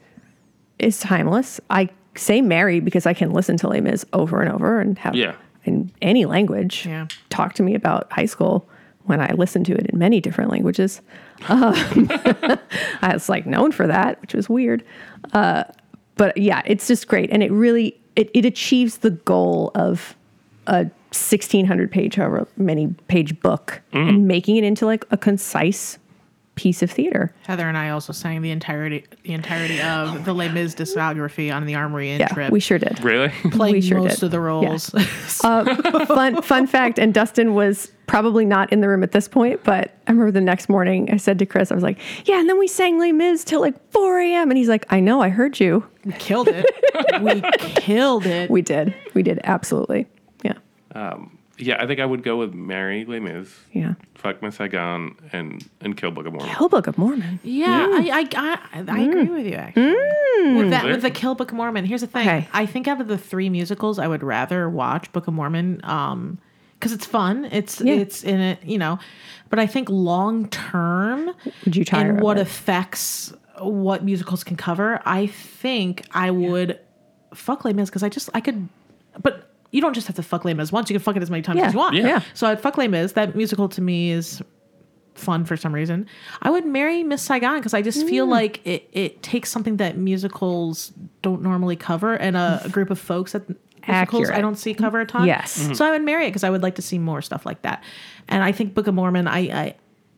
is timeless. I say Mary because I can listen to Les Mis over and over and have
Yeah.
in any language.
Yeah.
Talk to me about high school when I listen to it in many different languages. Um, I was like known for that, which was weird. Uh, but yeah, it's just great, and it really it, it achieves the goal of a 1600 page however many page book and making it into like a concise piece of theater.
Heather and I also sang the entirety the entirety of the Les Mis discography on the Armory and
Oh Yeah,
trip.
we sure did.
"Oh, Really?
played
we sure
most
did.
of the
Yeah.
roles.
Uh, fun fun fact, and Dustin was probably not in the room at this point, but I remember the next morning I said to Chris, I was like, "Yeah," and then we sang Les Mis till like 4 a.m. and he's like, "I know, I heard you."
we killed it. We killed it.
We did, we did absolutely, yeah,
Um, yeah, I think I would go with Mary Les Mis,
yeah.
Fuck Miss Saigon, and and Kill Book of Mormon.
Hell Book of Mormon.
yeah, I, I, I, I
Mm.
agree with you actually. With that, with the Kill Book of Mormon. Here's the thing.
Okay.
I think out of the three musicals, I would rather watch Book of Mormon. Um, because it's fun. It's
Yeah.
it's in it, you know. But I think long term,
Would you tire?
and
of
what
it?
affects what musicals can cover. I think I would fuck Les Mis because I just I could, but you don't just have to fuck Les Mis once. You can fuck it as many times
Yeah.
as you want.
Yeah. Yeah.
So I'd fuck Les Mis. That musical to me is fun for some reason. I would marry Miss Saigon because I just
Mm.
feel like it it takes something that musicals don't normally cover and a, a group of folks that musicals I
Accurate.
don't see cover a ton.
Yes. Mhm.
So I would marry it because I would like to see more stuff like that. And I think Book of Mormon, I, I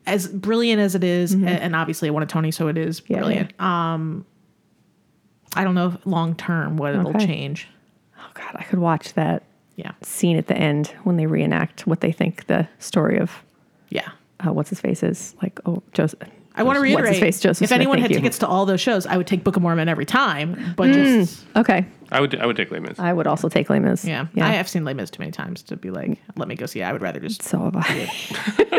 as brilliant as it is, a- and obviously it won a Tony, so it is
Mm-hmm. Yeah,
brilliant. Um, I don't know if long term what it'll
Okay.
change.
Oh God, I could watch that
Yeah,
scene at the end when they reenact what they think the story of
yeah.
uh, what's his face is like. Oh, Joseph.
I want to
What's his
reiterate:
face, Joseph
if
Smith,
anyone
thank
had
you.
tickets to all those shows, I would take Book of Mormon every time. But
Mm.
just
Okay,
I would I would take Les Mis.
I would also take Les Mis.
yeah,
yeah.
I have seen Les Mis too many times to be like, let me go see. it. I would rather just.
so have I.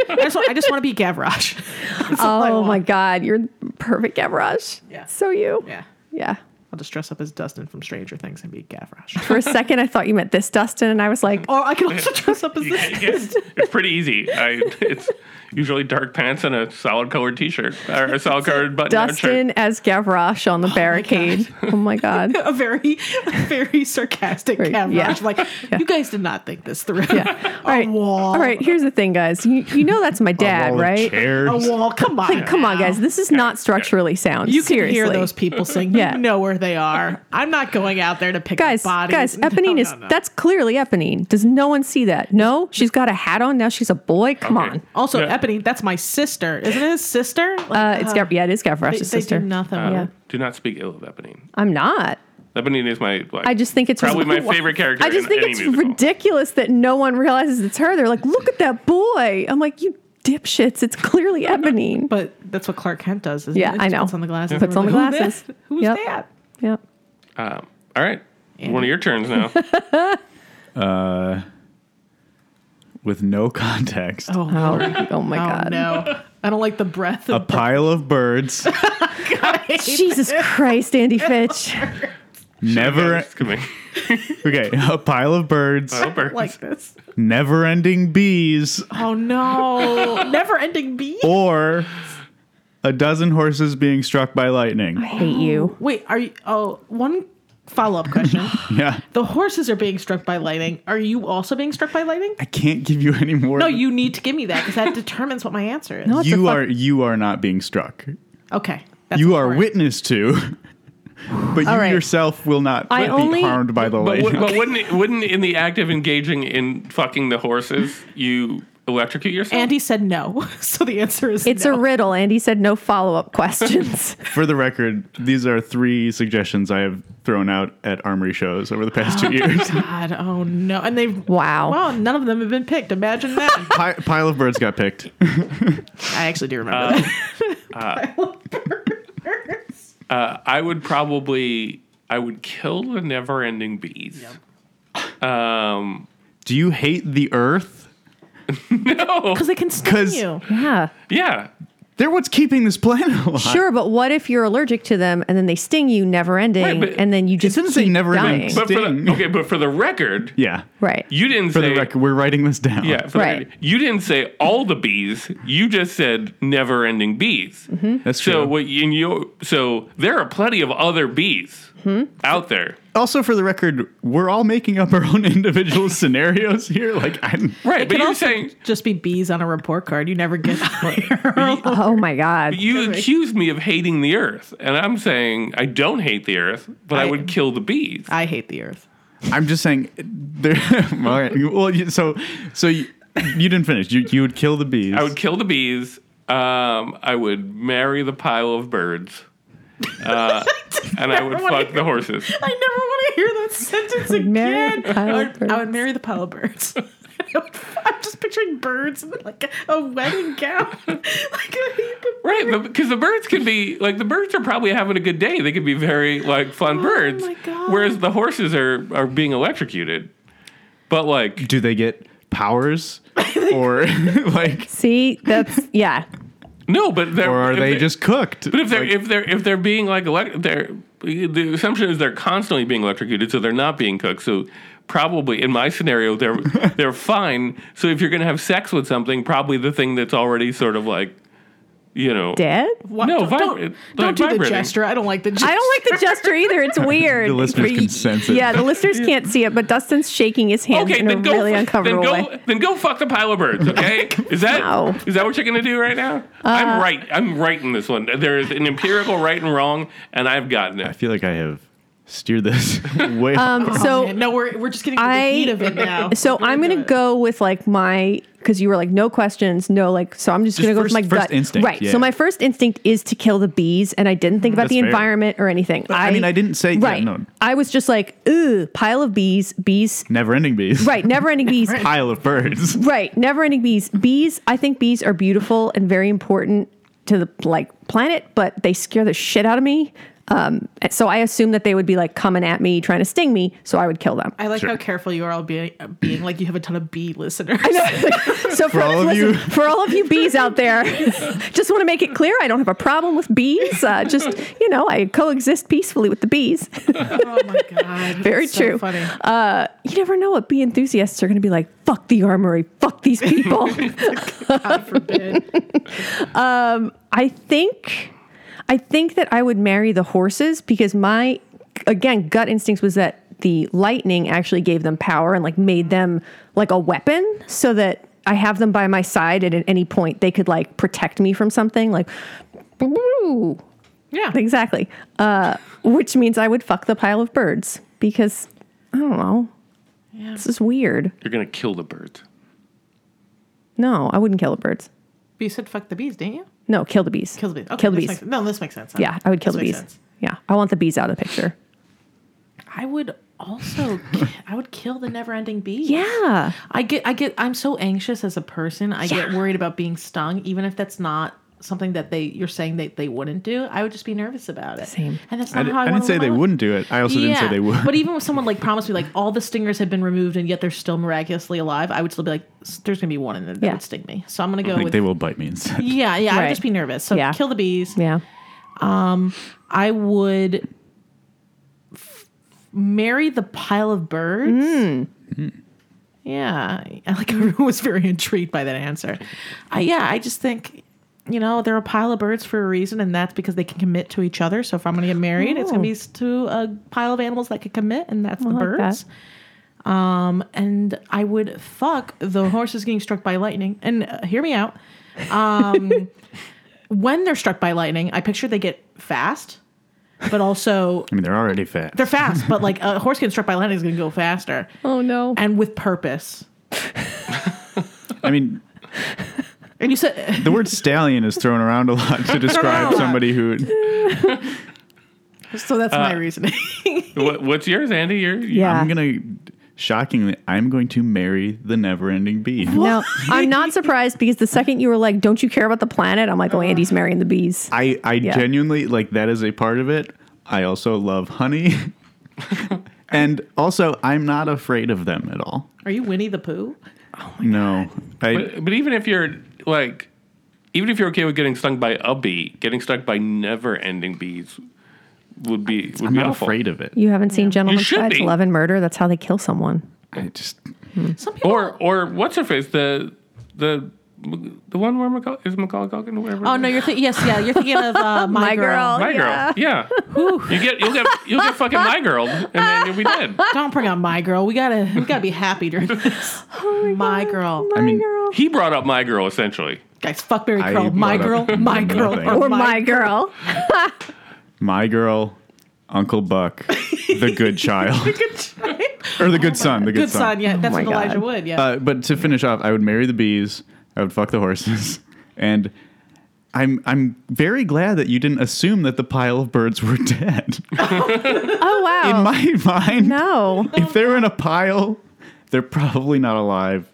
I just want, I just want to be Gavroche. That's all I
Oh
want.
my God, you're perfect, Gavroche.
Yeah.
So you.
Yeah,
Yeah.
I'll just dress up as Dustin from Stranger Things and be Gavroche.
For a second, I thought you meant this Dustin, and I was like,
Or I could also dress up as
You
this.
can't guess. it's pretty easy. I, it's usually dark pants and a solid colored T-shirt or a solid colored button-down shirt.
Dustin as Gavroche on the barricade. oh my God.
a very, very sarcastic
Right,
Gavroche.
yeah.
Like you guys did not think this through.
Yeah. All right.
wall.
All right. Here's the thing, guys. You, you know that's my dad,
All the
right?
chairs.
A wall. Come on.
Come on,
now.
guys. This is not structurally sound.
You
Seriously.
can hear those people sing.
Yeah.
You know where they are. I'm not going out there to pick
Guys,
up bodies.
guys,
No,
Eponine
no,
is
no.
that's clearly Eponine. Does no one see that? No, she's got a hat on now. She's a boy. Come
Okay.
on,
also
Yeah.
Eponine. That's my sister. Isn't it his sister? Like,
uh, it's Gav- yeah, it is
they,
Gavroche's
they
sister.
do nothing.
Um,
with
Yeah.
Do not speak ill of Eponine.
I'm not.
Eponine is my like,
I just think it's
probably my favorite character.
I just
in
think
any
it's
musical.
ridiculous that no one realizes it's her. They're like, look at that boy. I'm like, you dipshits. It's clearly Ebonine.
But that's what Clark Kent does. Isn't
Yeah,
it?
I
He
know.
Puts on the glasses.
Puts on the
Who that-
glasses.
Who's
Yep.
that?
yeah.
Um, all right, one of your turns now.
with no context.
Oh,
Oh,
Lord.
oh my
Oh,
God.
no. I don't like the breath
A
of
pile of birds.
Jesus Christ, Andy Fitch.
never
Excuse me.
okay. A pile of birds.
Oh, birds.
like this.
Never-ending bees,
Oh no. Never ending bee.
or a dozen horses being struck by lightning.
Oh.
I hate you.
Wait, are you oh one follow up question.
Yeah,
the horses are being struck by lightning. Are you also being struck by lightning?
I can't give you any more.
No, you need to give me that because that determines what my answer is.
No, it's a
you
fuck-
are you are not being struck.
Okay. That's
you are
important.
witness to, but you
right.
yourself will not
I
be
only-
harmed by the
But,
lightning.
w- but wouldn't it, wouldn't in the act of engaging in fucking the horses, you electrocute yourself?
And he said no. So the answer is
It's a
no.
riddle. Andy said no follow up questions.
For the record, these are three suggestions I have thrown out at armory shows over the past two years.
God, oh no. And they've
Wow.
Wow, none of them have been picked. Imagine that.
Pi- pile of birds got picked.
I actually do remember that.
Uh, I would probably I would kill the never-ending bees. Um,
Do you hate the earth?
no,
Because they can sting
'Cause-
you.
yeah.
yeah,
They're what's keeping this planet alive.
Sure, but what if you're allergic to them and then they sting you, never ending,
Right, but-
and then you just
doesn't say
keep
never ending.
dying.
but for
Sting.
the, okay, but for the record,
Yeah.
Right.
you didn't
For
say
the record, we're writing this down.
yeah, for the
Right.
record, you didn't say all the bees. You just said never-ending bees.
That's true.
So what you, you so there are plenty of other bees
Mm-hmm.
out there.
also, for the record, we're all making up our own individual scenarios here. Like, I'm,
Right, but
Could
you're
also
saying
just be bees on a report card. You never get
oh my God.
you accuse me of hating the earth, and I'm saying I don't hate the earth, but I,
I-
would kill the bees.
I hate the earth.
I'm just saying. There, all right. Well, you- so so you, you didn't finish. You you would kill the bees.
I would kill the bees. Um, I would marry the pile of birds. Uh, and I would
Never wanna
fuck the horses.
I never want to hear that sentence
Marry
again.
the pile
I
of
would, I would
birds.
marry the pile of birds. I would- I'm just picturing birds in like a wedding gown, like a heap of
Right, because the birds could be like the birds are probably having a good day. They could be very like fun birds.
Oh my God.
Whereas the horses are are being electrocuted. But like
Do they get powers, or like,
See, that's yeah.
no, but they're
or are
if
they just cooked?
But if they're
Like,
if they're if they're being like elect, they're the assumption is they're constantly being electrocuted, so they're not being cooked. So probably in my scenario, they're they're fine. So if you're gonna have sex with something, probably the thing that's already sort of like, you know,
Dead?
what?
No,
don't,
vibra-
don't,
like
don't do the
vibrating.
gesture. I don't like the gesture.
I don't like the gesture either. It's weird.
the listeners
But-
can sense it.
Yeah, the listeners can't see it, but Dustin's shaking his hand
Okay,
in a
then go.
really
f- then
uncomfortable
go.
way.
Then go fuck the pile of birds. Okay, is that
No.
is that what you're gonna do right now? I'm right. I'm right in this one. There is an empirical right and wrong, and I've gotten
I
it.
feel like I have steered this way.
Um,
Oh,
so
man. no, we're we're just getting to
I-
the heat of it now.
so I'm gonna go with like my because you were like no questions, no like so I'm just,
Just
gonna go
first-
with my
first
gut
instinct,
right.
yeah. Mm,
So my first instinct is to kill the bees, and I didn't think about
That's
the
fair.
environment or anything.
I mean, I didn't say- yeah,
right.
no.
I was just like ooh, pile of bees, bees.
Never-ending bees.
Right, never ending bees.
Pile of birds.
Right, never ending bees. Bees, I think bees are beautiful and very important to the like planet, but they scare the shit out of me. Um, so I assumed that they would be like coming at me, trying to sting me, so I would kill them.
I like how careful you are all being, being like you have a ton of B listeners.
so for,
all of you-
for all of you bees out there, just want to make it clear I don't have a problem with bees. Uh, just you know, I coexist peacefully with the bees.
oh my god,
Very
That's so
true.
funny.
Uh, you never know what bee enthusiasts are going to be like. Fuck the armory. Fuck these people.
God forbid.
I think I think that I would marry the horses because my again gut instincts was that the lightning actually gave them power and like made them like a weapon so that I have them by my side and at any point they could like protect me from something like "Boo."
Yeah,
exactly uh, which means I would fuck the pile of birds because I don't know this is weird
You're gonna kill the birds.
no I wouldn't kill the birds
you said fuck the bees, didn't you?
no kill the bees
Kill the bees. Okay,
kill the
this
bees
makes- no, this makes sense.
yeah I would kill
This
the bees
makes sense.
yeah I want the bees out of the picture
I would also, I would kill the never-ending bees.
yeah
I get, I get, I'm so anxious as a person. I get worried about being stung, even if that's not something that they you're saying that they wouldn't do. I would just be nervous about it.
Same.
And that's not
I,
how
di-
I,
I
wanna
didn't say
live
they
my life.
wouldn't do it. I also didn't say they would.
But even if someone like promised me like all the stingers had been removed and yet they're still miraculously alive, I would still be like, "S- there's gonna be one in there that
Yeah.
would sting me. So I'm gonna go
like
with
they will bite me instead.
yeah, yeah. I'd
Right.
just be nervous. So
Yeah.
kill the bees.
Yeah.
I would f- marry the pile of birds. Hmm. Yeah, I- like everyone was very intrigued by that answer. I, yeah, I just think. You know, they're a pile of birds for a reason, and that's because they can commit to each other. So if I'm going to get married, it's going to be s- to a pile of animals that could commit, and that's the
like
birds. Um, and I would fuck the horses getting struck by lightning. And uh, hear me out. Um, when they're struck by lightning, I picture they get fast, but also
I mean, they're already fat.
they're fast. But like a horse getting struck by lightning is going to go faster,
Oh no.
and with purpose.
I mean,
And you said
the word stallion is thrown around a lot to
around a
describe
lot.
somebody who.
so. That's my reasoning.
What, what's yours, Andy? You're,
Yeah.
I'm gonna shockingly, I'm going to marry the never-ending bee.
now I'm not surprised because the second you were like, "Don't you care about the planet?" I'm like, "Oh, Andy's marrying the bees."
I I
Yeah.
genuinely like that is a part of it. I also love honey, and also I'm not afraid of them at all.
Are you Winnie the Pooh?
no, I
But, but even if you're like, even if you're okay with getting stung by a bee, getting stung by never-ending bees would be would
I'm
be
not
awful.
afraid of it.
You haven't seen
You
Gentlemen's
should
Guide
be.
to Love and Murder? That's how they kill someone.
I just
Some people.
Or or what's her face the the the one where Macaul- is Macaulay Culkin whatever.
oh no, you're thinking. Yes, yeah, you're thinking of uh, my,
My
girl.
Girl.
My girl, yeah. you get you'll get you'll get fucking my girl, and then you'll be dead.
Don't bring on my girl. We gotta we gotta be happy during this. my, girl.
I mean,
He brought up my girl essentially.
Guys, fuck Barry
I
Curl. My
brought
girl,
up
my girl,
nothing.
or,
or
my,
my girl.
my girl, Uncle Buck, the good child,
good son.
or the good son, Uh, the good,
Good son, yeah. That's
my
what Elijah
God.
Wood, yeah.
Uh, but to finish off, I would marry the bees. I would fuck the horses, and I'm I'm very glad that you didn't assume that the pile of birds were dead.
Oh wow.
In my mind,
no.
if they're in a pile, they're probably not alive.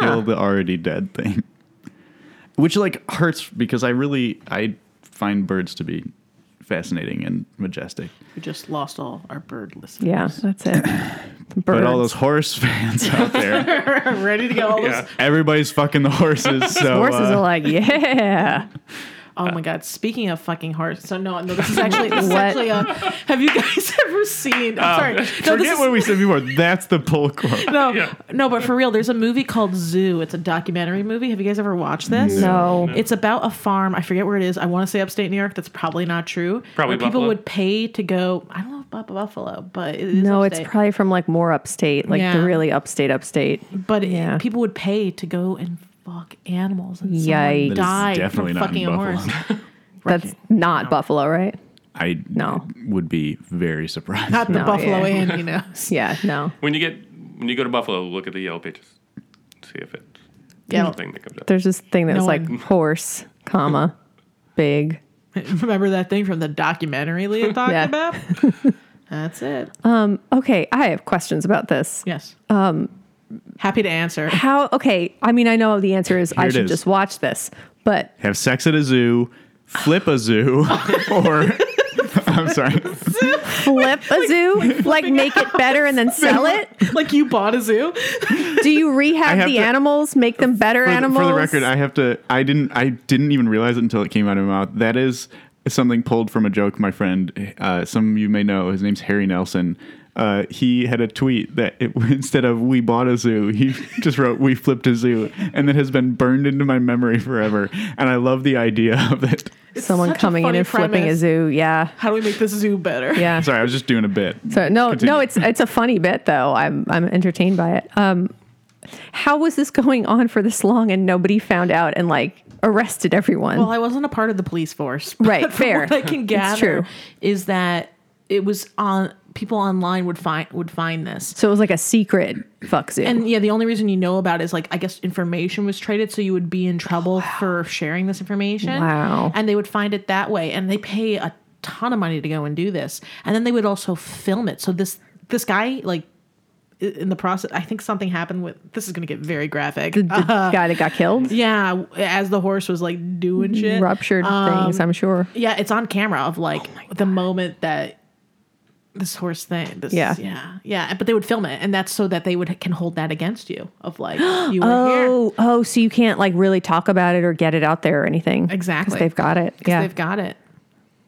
Kill the already dead thing. Which like hurts because I really I find birds to be fascinating and majestic.
We just lost all our bird listeners.
Yeah, that's it. Birds.
But all those horse fans out there,
Ready to go. All
Yeah.
those-
everybody's fucking the horses. So
horses
uh,
are like, yeah.
Oh my god! Speaking of fucking horses, so no, no, this is actually this is
What?
actually a. Have you guys ever seen? I'm sorry. No, this
Forget
is,
what we said before. That's the pull quote.
no,
Yeah.
no, but for real, there's a movie called Zoo. It's a documentary movie. Have you guys ever watched this?
No.
It's about a farm. I forget where it is. I want to say upstate New York. That's probably not true.
Probably
where people
Buffalo.
would pay to go. I don't know about Buffalo, but it is
No, it's
upstate.
probably from like more upstate, like the
Yeah.
really upstate upstate.
But it-
Yeah.
people would pay to go and fuck animals. And
Yikes. That is
someone died
definitely
from
not in
fucking a
Buffalo.
horse.
That's not Buffalo, right?
I
No.
would be very surprised.
Not the
No,
Buffalo
yeah.
Inn, you know.
Yeah, no.
When you get when you go to Buffalo, look at the yellow pages. See if it's
Yeah.
something that comes up.
There's this thing that
No
was like
one-
horse, comma, big.
Remember that thing from the documentary Leah talked
Yeah. Uh,
about? That's it.
Okay, I have questions about this.
yes. Um, Happy to answer.
How? Okay, I mean, I know the answer is I
Here it
should
is.
just watch this, but
Have sex at a zoo, flip a zoo, or I'm sorry,
flip a zoo, like make it better and then sell it.
like you bought a zoo?
Do you rehab
have
the
to-
animals, make them better
for, the,
animals?
for the record, I have to. I didn't. I didn't even realize it until it came out of my mouth. That is something pulled from a joke. My friend, uh, some of you may know, his name's Harry Nelson. Uh, he had a tweet that it, instead of "We bought a zoo," he just wrote "We flipped a zoo," and that has been burned into my memory forever. And I love the idea of it.
Someone
Such a
coming in
funny
and flipping a
premise.
zoo. Yeah,
How do we make this zoo better?
yeah.
Sorry, I was just doing a bit.
So no, no,
Continue.
it's it's a funny bit though. I'm I'm entertained by it. Um, how was this going on for this long and nobody found out and like arrested everyone?
Well, I wasn't a part of the police force.
Right,
but
fair.
From what I can
It's
gather
true.
is that it was on people online would find would find this.
so it was like a secret fuck zoo.
And yeah, the only reason you know about it is like I guess information was traded, so you would be in trouble for sharing this information.
Oh, Wow.
And they would find it that way, and they pay a ton of money to go and do this, and then they would also film it. So this this guy like i- in the process, I think something happened with this is going to get very graphic.
the
Uh-huh.
guy that got killed,
yeah, w- as the horse was like doing shit,
ruptured
Um,
things. I'm sure.
Yeah, it's on camera of
Oh
like the moment that this horse thing. This,
Yeah.
yeah, yeah. But they would film it, and that's so that they would can hold that against you of like you were here.
Oh, oh, so you can't like really talk about it or get it out there or anything. 'Cause
Exactly.
they've got it.
'Cause
Yeah.
they've got it.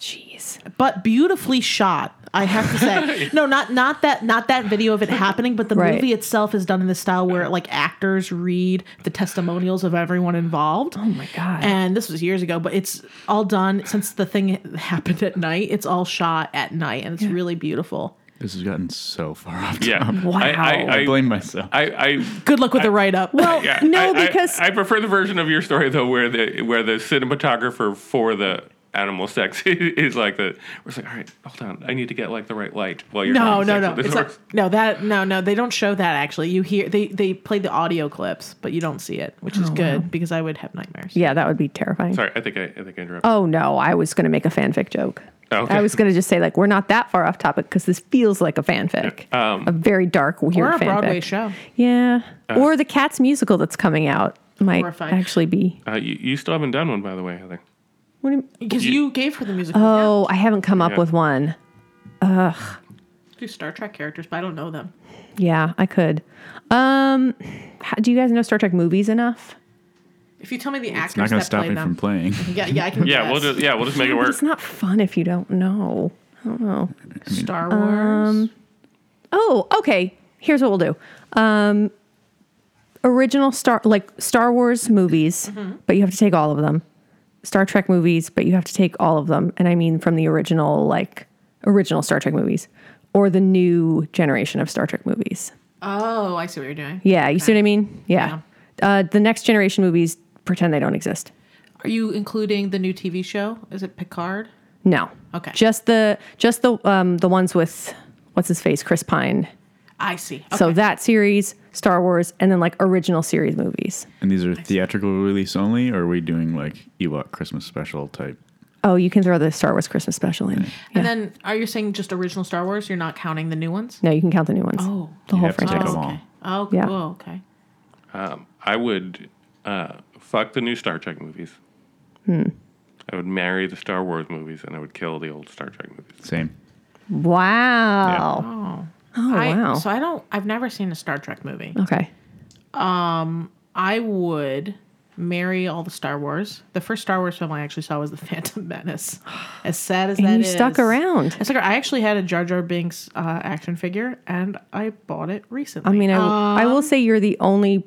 Jeez. Oh
But beautifully shot, I have to say. no, not not that not that video of it happening, but the
Right.
movie itself is done in the style where like actors read the testimonials of everyone involved.
Oh my god.
And this was years ago, but it's all done since the thing happened at night. It's all shot at night, and it's really beautiful.
This has gotten so far off.
Yeah.
topic.
I,
I
I, I,
blame myself.
I, I
Good luck with the write up. Well,
yeah,
No,
I- I-
because-
I, prefer the version of your story though, where the where the cinematographer for the animal sex is like the. We're like, all right, hold on, I need to get like the right light while you're
no,
having
no,
sex
no.
with this
It's
horse.
like, no, that no, no. They don't show that actually. You hear they they play the audio clips, but you don't see it, which is good because I would have nightmares.
yeah, that would be terrifying.
Sorry, I think I, I think I interrupted.
Oh no, I was going to make a fanfic joke.
Oh, okay.
I was going to just say like we're not that far off topic because this feels like a fanfic,
um,
a very dark, weird
Or a
fanfic.
Broadway show.
Yeah,
Uh,
or the Cats musical that's coming out might
Horrifying.
actually be.
Uh, you, you still haven't done one, by the way, Heather.
What do you,
Because you, gave her the musical.
oh, I haven't come up
Yeah.
with one.
do Star Trek characters, but I don't know them.
Yeah, I could. Um, how- do you guys know Star Trek movies enough?
If you tell me the
It's not
actors
going
that
to stop
play
me
them,
from playing.
yeah, yeah, I can.
Yeah,
guess.
we'll just yeah, we'll just make it
But
work.
it's not fun if you don't know. I don't know.
Star Wars.
Oh, okay. Here's what we'll do. Um original Star like Star Wars movies, but you have to take all of them. Star Trek movies, but you have to take all of them. And I mean from the original like original Star Trek movies or the new generation of Star Trek movies.
oh, I see what you're doing.
Yeah, you see what I mean? Yeah. Uh the next generation movies pretend they don't exist.
Are you including the new TV show? Is it Picard?
No.
Okay.
Just the just the um the ones with what's his face? Chris Pine.
I see.
So
Okay.
that series, Star Wars, and then like original series movies.
And these are theatrical release only, or are we doing like Ewok Christmas special type?
Oh, you can throw the Star Wars Christmas special in.
and then are you saying just original Star Wars? You're not counting the new ones?
No, you can count the new ones.
Oh.
the
You
whole
have to take
franchise.
them all.
Okay. Oh,
Yeah.
oh, okay.
Um, I would uh, fuck the new Star Trek movies.
Hmm.
I would marry the Star Wars movies, and I would kill the old Star Trek movies.
Same.
Wow. Oh,
I,
wow.
So I don't. I've never seen a Star Trek movie.
Okay.
Oh. I would marry all the Star Wars. The first Star Wars film I actually saw was The Phantom Menace. As sad as that is,
And you stuck around.
I stuck around. I actually had a Jar Jar Binks uh, action figure, and I bought it recently. Um,
I mean, I, I will say you're the only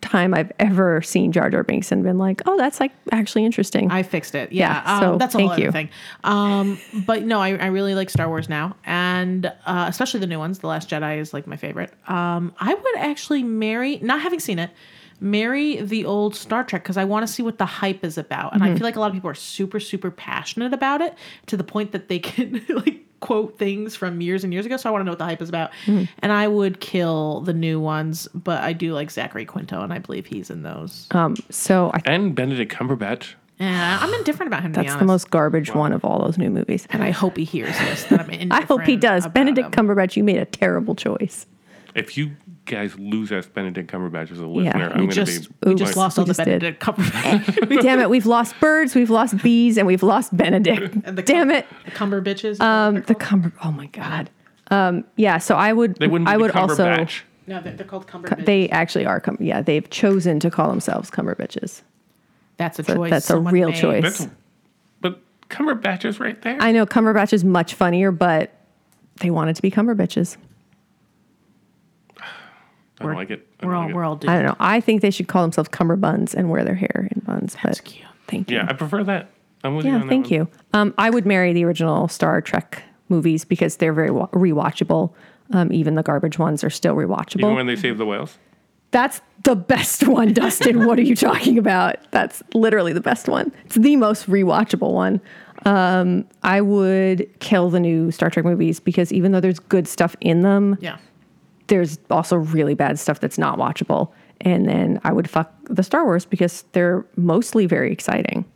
time I've ever seen Jar Jar Binks and been like, oh, that's like actually interesting.
I fixed it. Yeah.
Yeah,
um,
so
that's a
thank
whole other
you.
thing. Um, but no, I, I really like Star Wars now, and uh, especially the new ones. The Last Jedi is like my favorite. Um, I would actually marry, not having seen it, marry the old Star Trek because I want to see what the hype is about,
Mm-hmm.
and I feel like a lot of people are super super passionate about it to the point that they can like quote things from years and years ago. So I want to know what the hype is about,
Mm-hmm.
and I would kill the new ones, but I do like Zachary Quinto, and I believe he's in those.
um, so I,
And Benedict Cumberbatch.
yeah, I'm indifferent about him. to be
that's the
honest.
most garbage one of all those new movies.
And I hope he hears this. That I'm
I hope he
indifferent
does.
about
Benedict
him.
Cumberbatch, you made a terrible choice.
If you guys lose us Benedict Cumberbatch as a listener,
Yeah,
I'm
We
going to be.
just we
Oops.
just lost
We
all the
just did.
Benedict Cumberbatch
Damn it, we've lost birds, we've lost bees, and we've lost Benedict.
the-
Damn it.
the Cumber bitches.
Um, the Cumber. Oh my God. Um, yeah. So I would.
They wouldn't. Be
I
the
would also.
Cumberbatch.
no, they're, they're called Cumber bitches.
They actually are. Cum- yeah, they've chosen to call themselves Cumber bitches.
that's a
But
choice.
that's a
someone
real
made.
choice.
That's, but Cumberbatch is right there.
I know Cumberbatch is much funnier, but they wanted to be Cumber bitches.
I don't like it. I
We're
don't
all
like it.
we're all dudes.
I don't know. I think they should call themselves Cumber buns and wear their hair in buns.
That's
but
cute.
Thank you.
Yeah, I prefer that. I'm with you.
Yeah,
on that
thank
one.
you. Um, I would marry the original Star Trek movies because they're very wa- rewatchable. Um, even the garbage ones are still rewatchable.
Even when they save the whales.
That's the best one, Dustin. what are you talking about? That's literally the best one. It's the most rewatchable one. Um, I would kill the new Star Trek movies because even though there's good stuff in them,
Yeah.
there's also really bad stuff that's not watchable. And then I would fuck the Star Wars because they're mostly very exciting.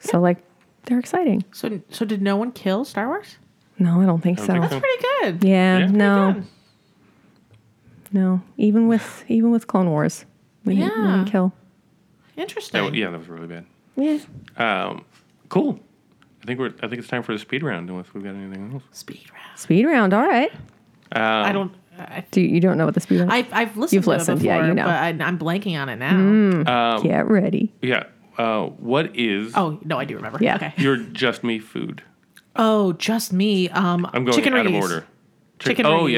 So like they're exciting.
So so did no one kill Star Wars?
No, I don't think so.
think
That's pretty good.
Yeah,
Yeah.
no,
Good.
no. Even with even with Clone Wars, we didn't, we didn't
Yeah.
kill.
Interesting.
That wa- Oh, yeah, that was really bad.
Yeah.
Um, cool. I think we're. I think it's time for the speed round. Unless we've got anything else.
Speed round.
Speed round. All right.
Um,
I don't. I,
Do you, you don't know what the speed round?
I I've listened.
You've
to
listened,
It
yeah,
before,
you know. Mm.
But I, I'm blanking on it now.
Get ready.
Yeah. Uh, what is
Oh no, I do remember.
Yeah.
Okay.
your just me food?
Oh, just me. Um,
I'm going
chicken
out
Reese's.
of order.
Chicken
Oh
Reese's.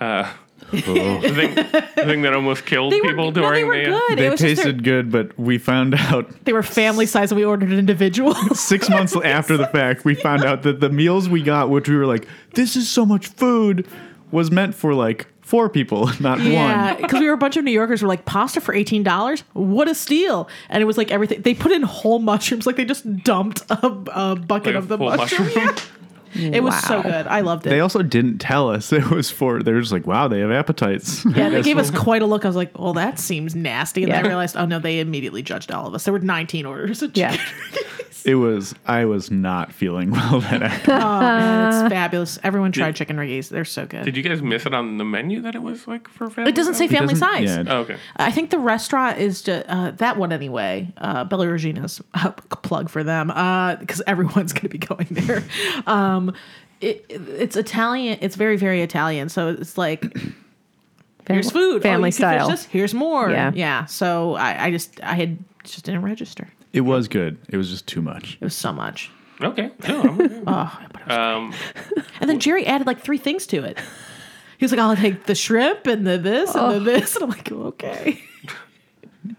yes. Uh, the, thing, the thing that almost killed
They were,
people
no,
during
they were
the. uh,
good.
They
it was just their-
tasted good, but we found out
They were family size, and we ordered individuals.
six months after the fact, we found out that the meals we got, which we were like, this is so much food, was meant for like four people, not
yeah,
one.
because we were a bunch of New Yorkers. We're like pasta for eighteen dollars. What a steal! And it was like everything. They put in whole mushrooms. Like they just dumped a, a bucket
Like a
of the
full
mushroom.
mushroom?
Yeah. It was so
Wow.
good. I loved it.
They also didn't tell us it was for. They're just like, wow, they have appetites.
yeah, they gave us quite a look. I was like, "Well, that seems nasty." And then
Yeah.
I realized, "Oh no!" They immediately judged all of us. There were 19 orders. Of
Yeah.
chicken.
It was. I was not feeling well that afternoon.
oh, man, it's fabulous. Everyone tried chicken riggies. They're so good.
Did you guys miss it on the menu that it was like for family?
it doesn't say
size?
family
doesn't-
size.
yeah.
Oh, okay.
I think the restaurant is just, uh, that one anyway. Uh, Bella Regina's uh, plug for them because everyone's going to be going there. Um, it, it's Italian. It's very very Italian. So it's like here's food, Oh,
Family
you can finish
style.
this? Here's more.
Yeah.
yeah. So I, I just I had just didn't register.
It was good. It was just too much.
It was so much.
Okay. No, I'm okay.
Oh, but it was-
um,
and then Jerry added like three things to it. He was like, I'll take the shrimp and the this and
Oh.
the this, and I'm like, okay.
It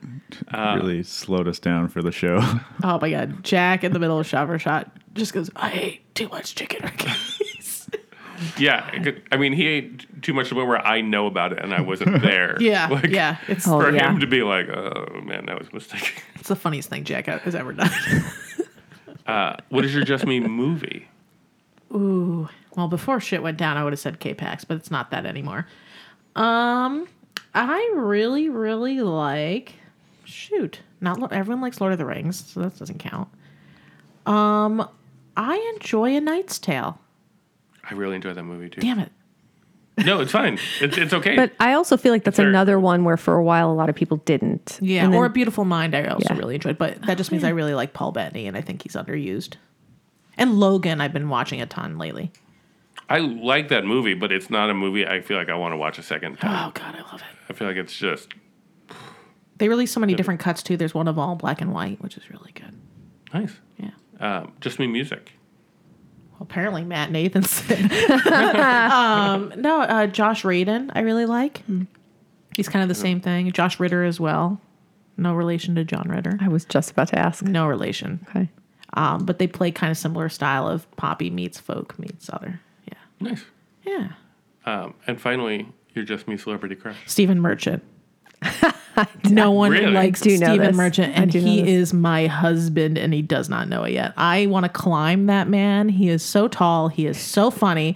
really slowed us down for the show.
Oh my god, Jack in the middle of shower shot just goes, I ate too much chicken riggies.
yeah. I could- I mean, he ate too much of it where I know about it and I wasn't there.
yeah,
Like,
yeah, it's
Oh,
For
yeah.
him to be like, oh man, that was a mistake.
it's the funniest thing Jack has ever done.
Uh, what is your just me movie?
Ooh, well, before shit went down, I would have said K-Pax, but it's not that anymore. Um, I really, really like. Shoot, not Lo- everyone likes Lord of the Rings, so that doesn't count. Um, I enjoy A Knight's Tale.
I really enjoyed that movie too.
Damn it.
No, it's fine. It's, it's okay.
But I also feel like that's
Sure.
another one where for a while a lot of people didn't.
Yeah, Oh,
And then-
or A Beautiful Mind. I also
Yeah.
really enjoyed, but that just means I really like Paul Bettany, and I think he's underused. And Logan, I've been watching a ton lately.
I like that movie, but it's not a movie I feel like I want to watch a second time.
Oh God, I love it.
I feel like it's just
They release so many different cuts too. There's one of all black and white, which is really good.
nice.
Yeah.
Um, just me music.
apparently Matt Nathanson. um, no, uh, Josh Radin, I really like. He's kind of the same thing. Josh Ritter as well. No relation to John Ritter.
I was just about to ask.
No relation.
Okay.
Um, but they play kind of similar style of poppy meets folk meets other. Yeah.
Nice.
Yeah.
Um, and finally, you're just me celebrity crush.
Stephen Merchant. no one
Really?
likes
I do know
Stephen
this.
Merchant,
I
and
do know
he
this.
is my husband, and he does not know it yet. I want to climb that man. He is so tall. He is so funny.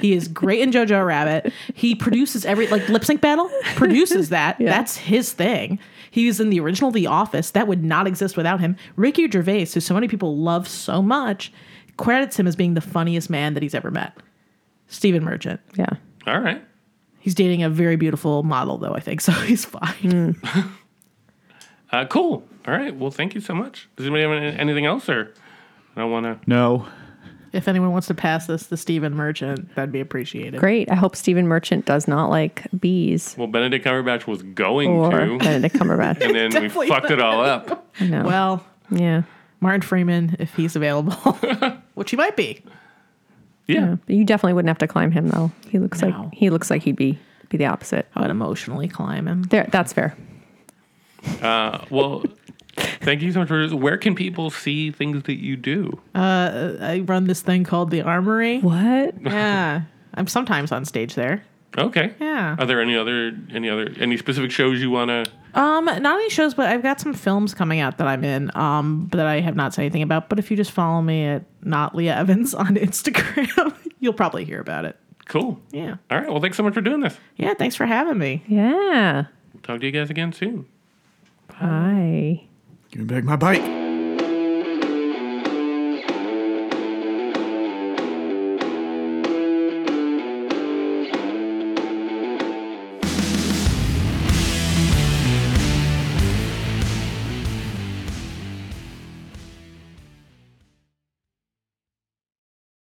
He is great in Jojo Rabbit. He produces every like lip sync battle. Produces that. That's his thing. He was in the original The Office. That would not exist without him. Ricky Gervais, who so many people love so much, credits him as being the funniest man that he's ever met. Stephen Merchant.
Yeah.
All right.
He's dating a very beautiful model, though, I think, so he's fine.
Uh, cool. All right. Well, thank you so much. Does anybody have any- anything else, or I don't want to?
No.
If anyone wants to pass this to Stephen Merchant, that'd be appreciated.
Great. I hope Stephen Merchant does not like bees
Well, Benedict Cumberbatch was going
or
to,
Benedict Cumberbatch.
and then we
Definitely
fucked it all up.
no.
Well,
yeah.
Martin Freeman, if he's available, which he might be.
Yeah.
Yeah. But you definitely wouldn't have to climb him though. He looks
No.
like he looks like he'd be be the opposite.
I would emotionally climb him.
There that's fair.
Uh, well, thank you so much for. Where can people see things that you do?
I run this thing called the Armory.
What?
Yeah. I'm sometimes on stage there.
Okay.
Yeah.
Are there any other any other any specific shows you want to?
Um, not any shows, but I've got some films coming out that I'm in, um, that I have not said anything about. But if you just follow me at not Leah Evans on Instagram, you'll probably hear about it.
Cool.
Yeah.
All right. Well, thanks so much for doing this.
Yeah, thanks for having me.
Yeah.
We'll talk to you guys again soon.
Hi.
Give me back my bike.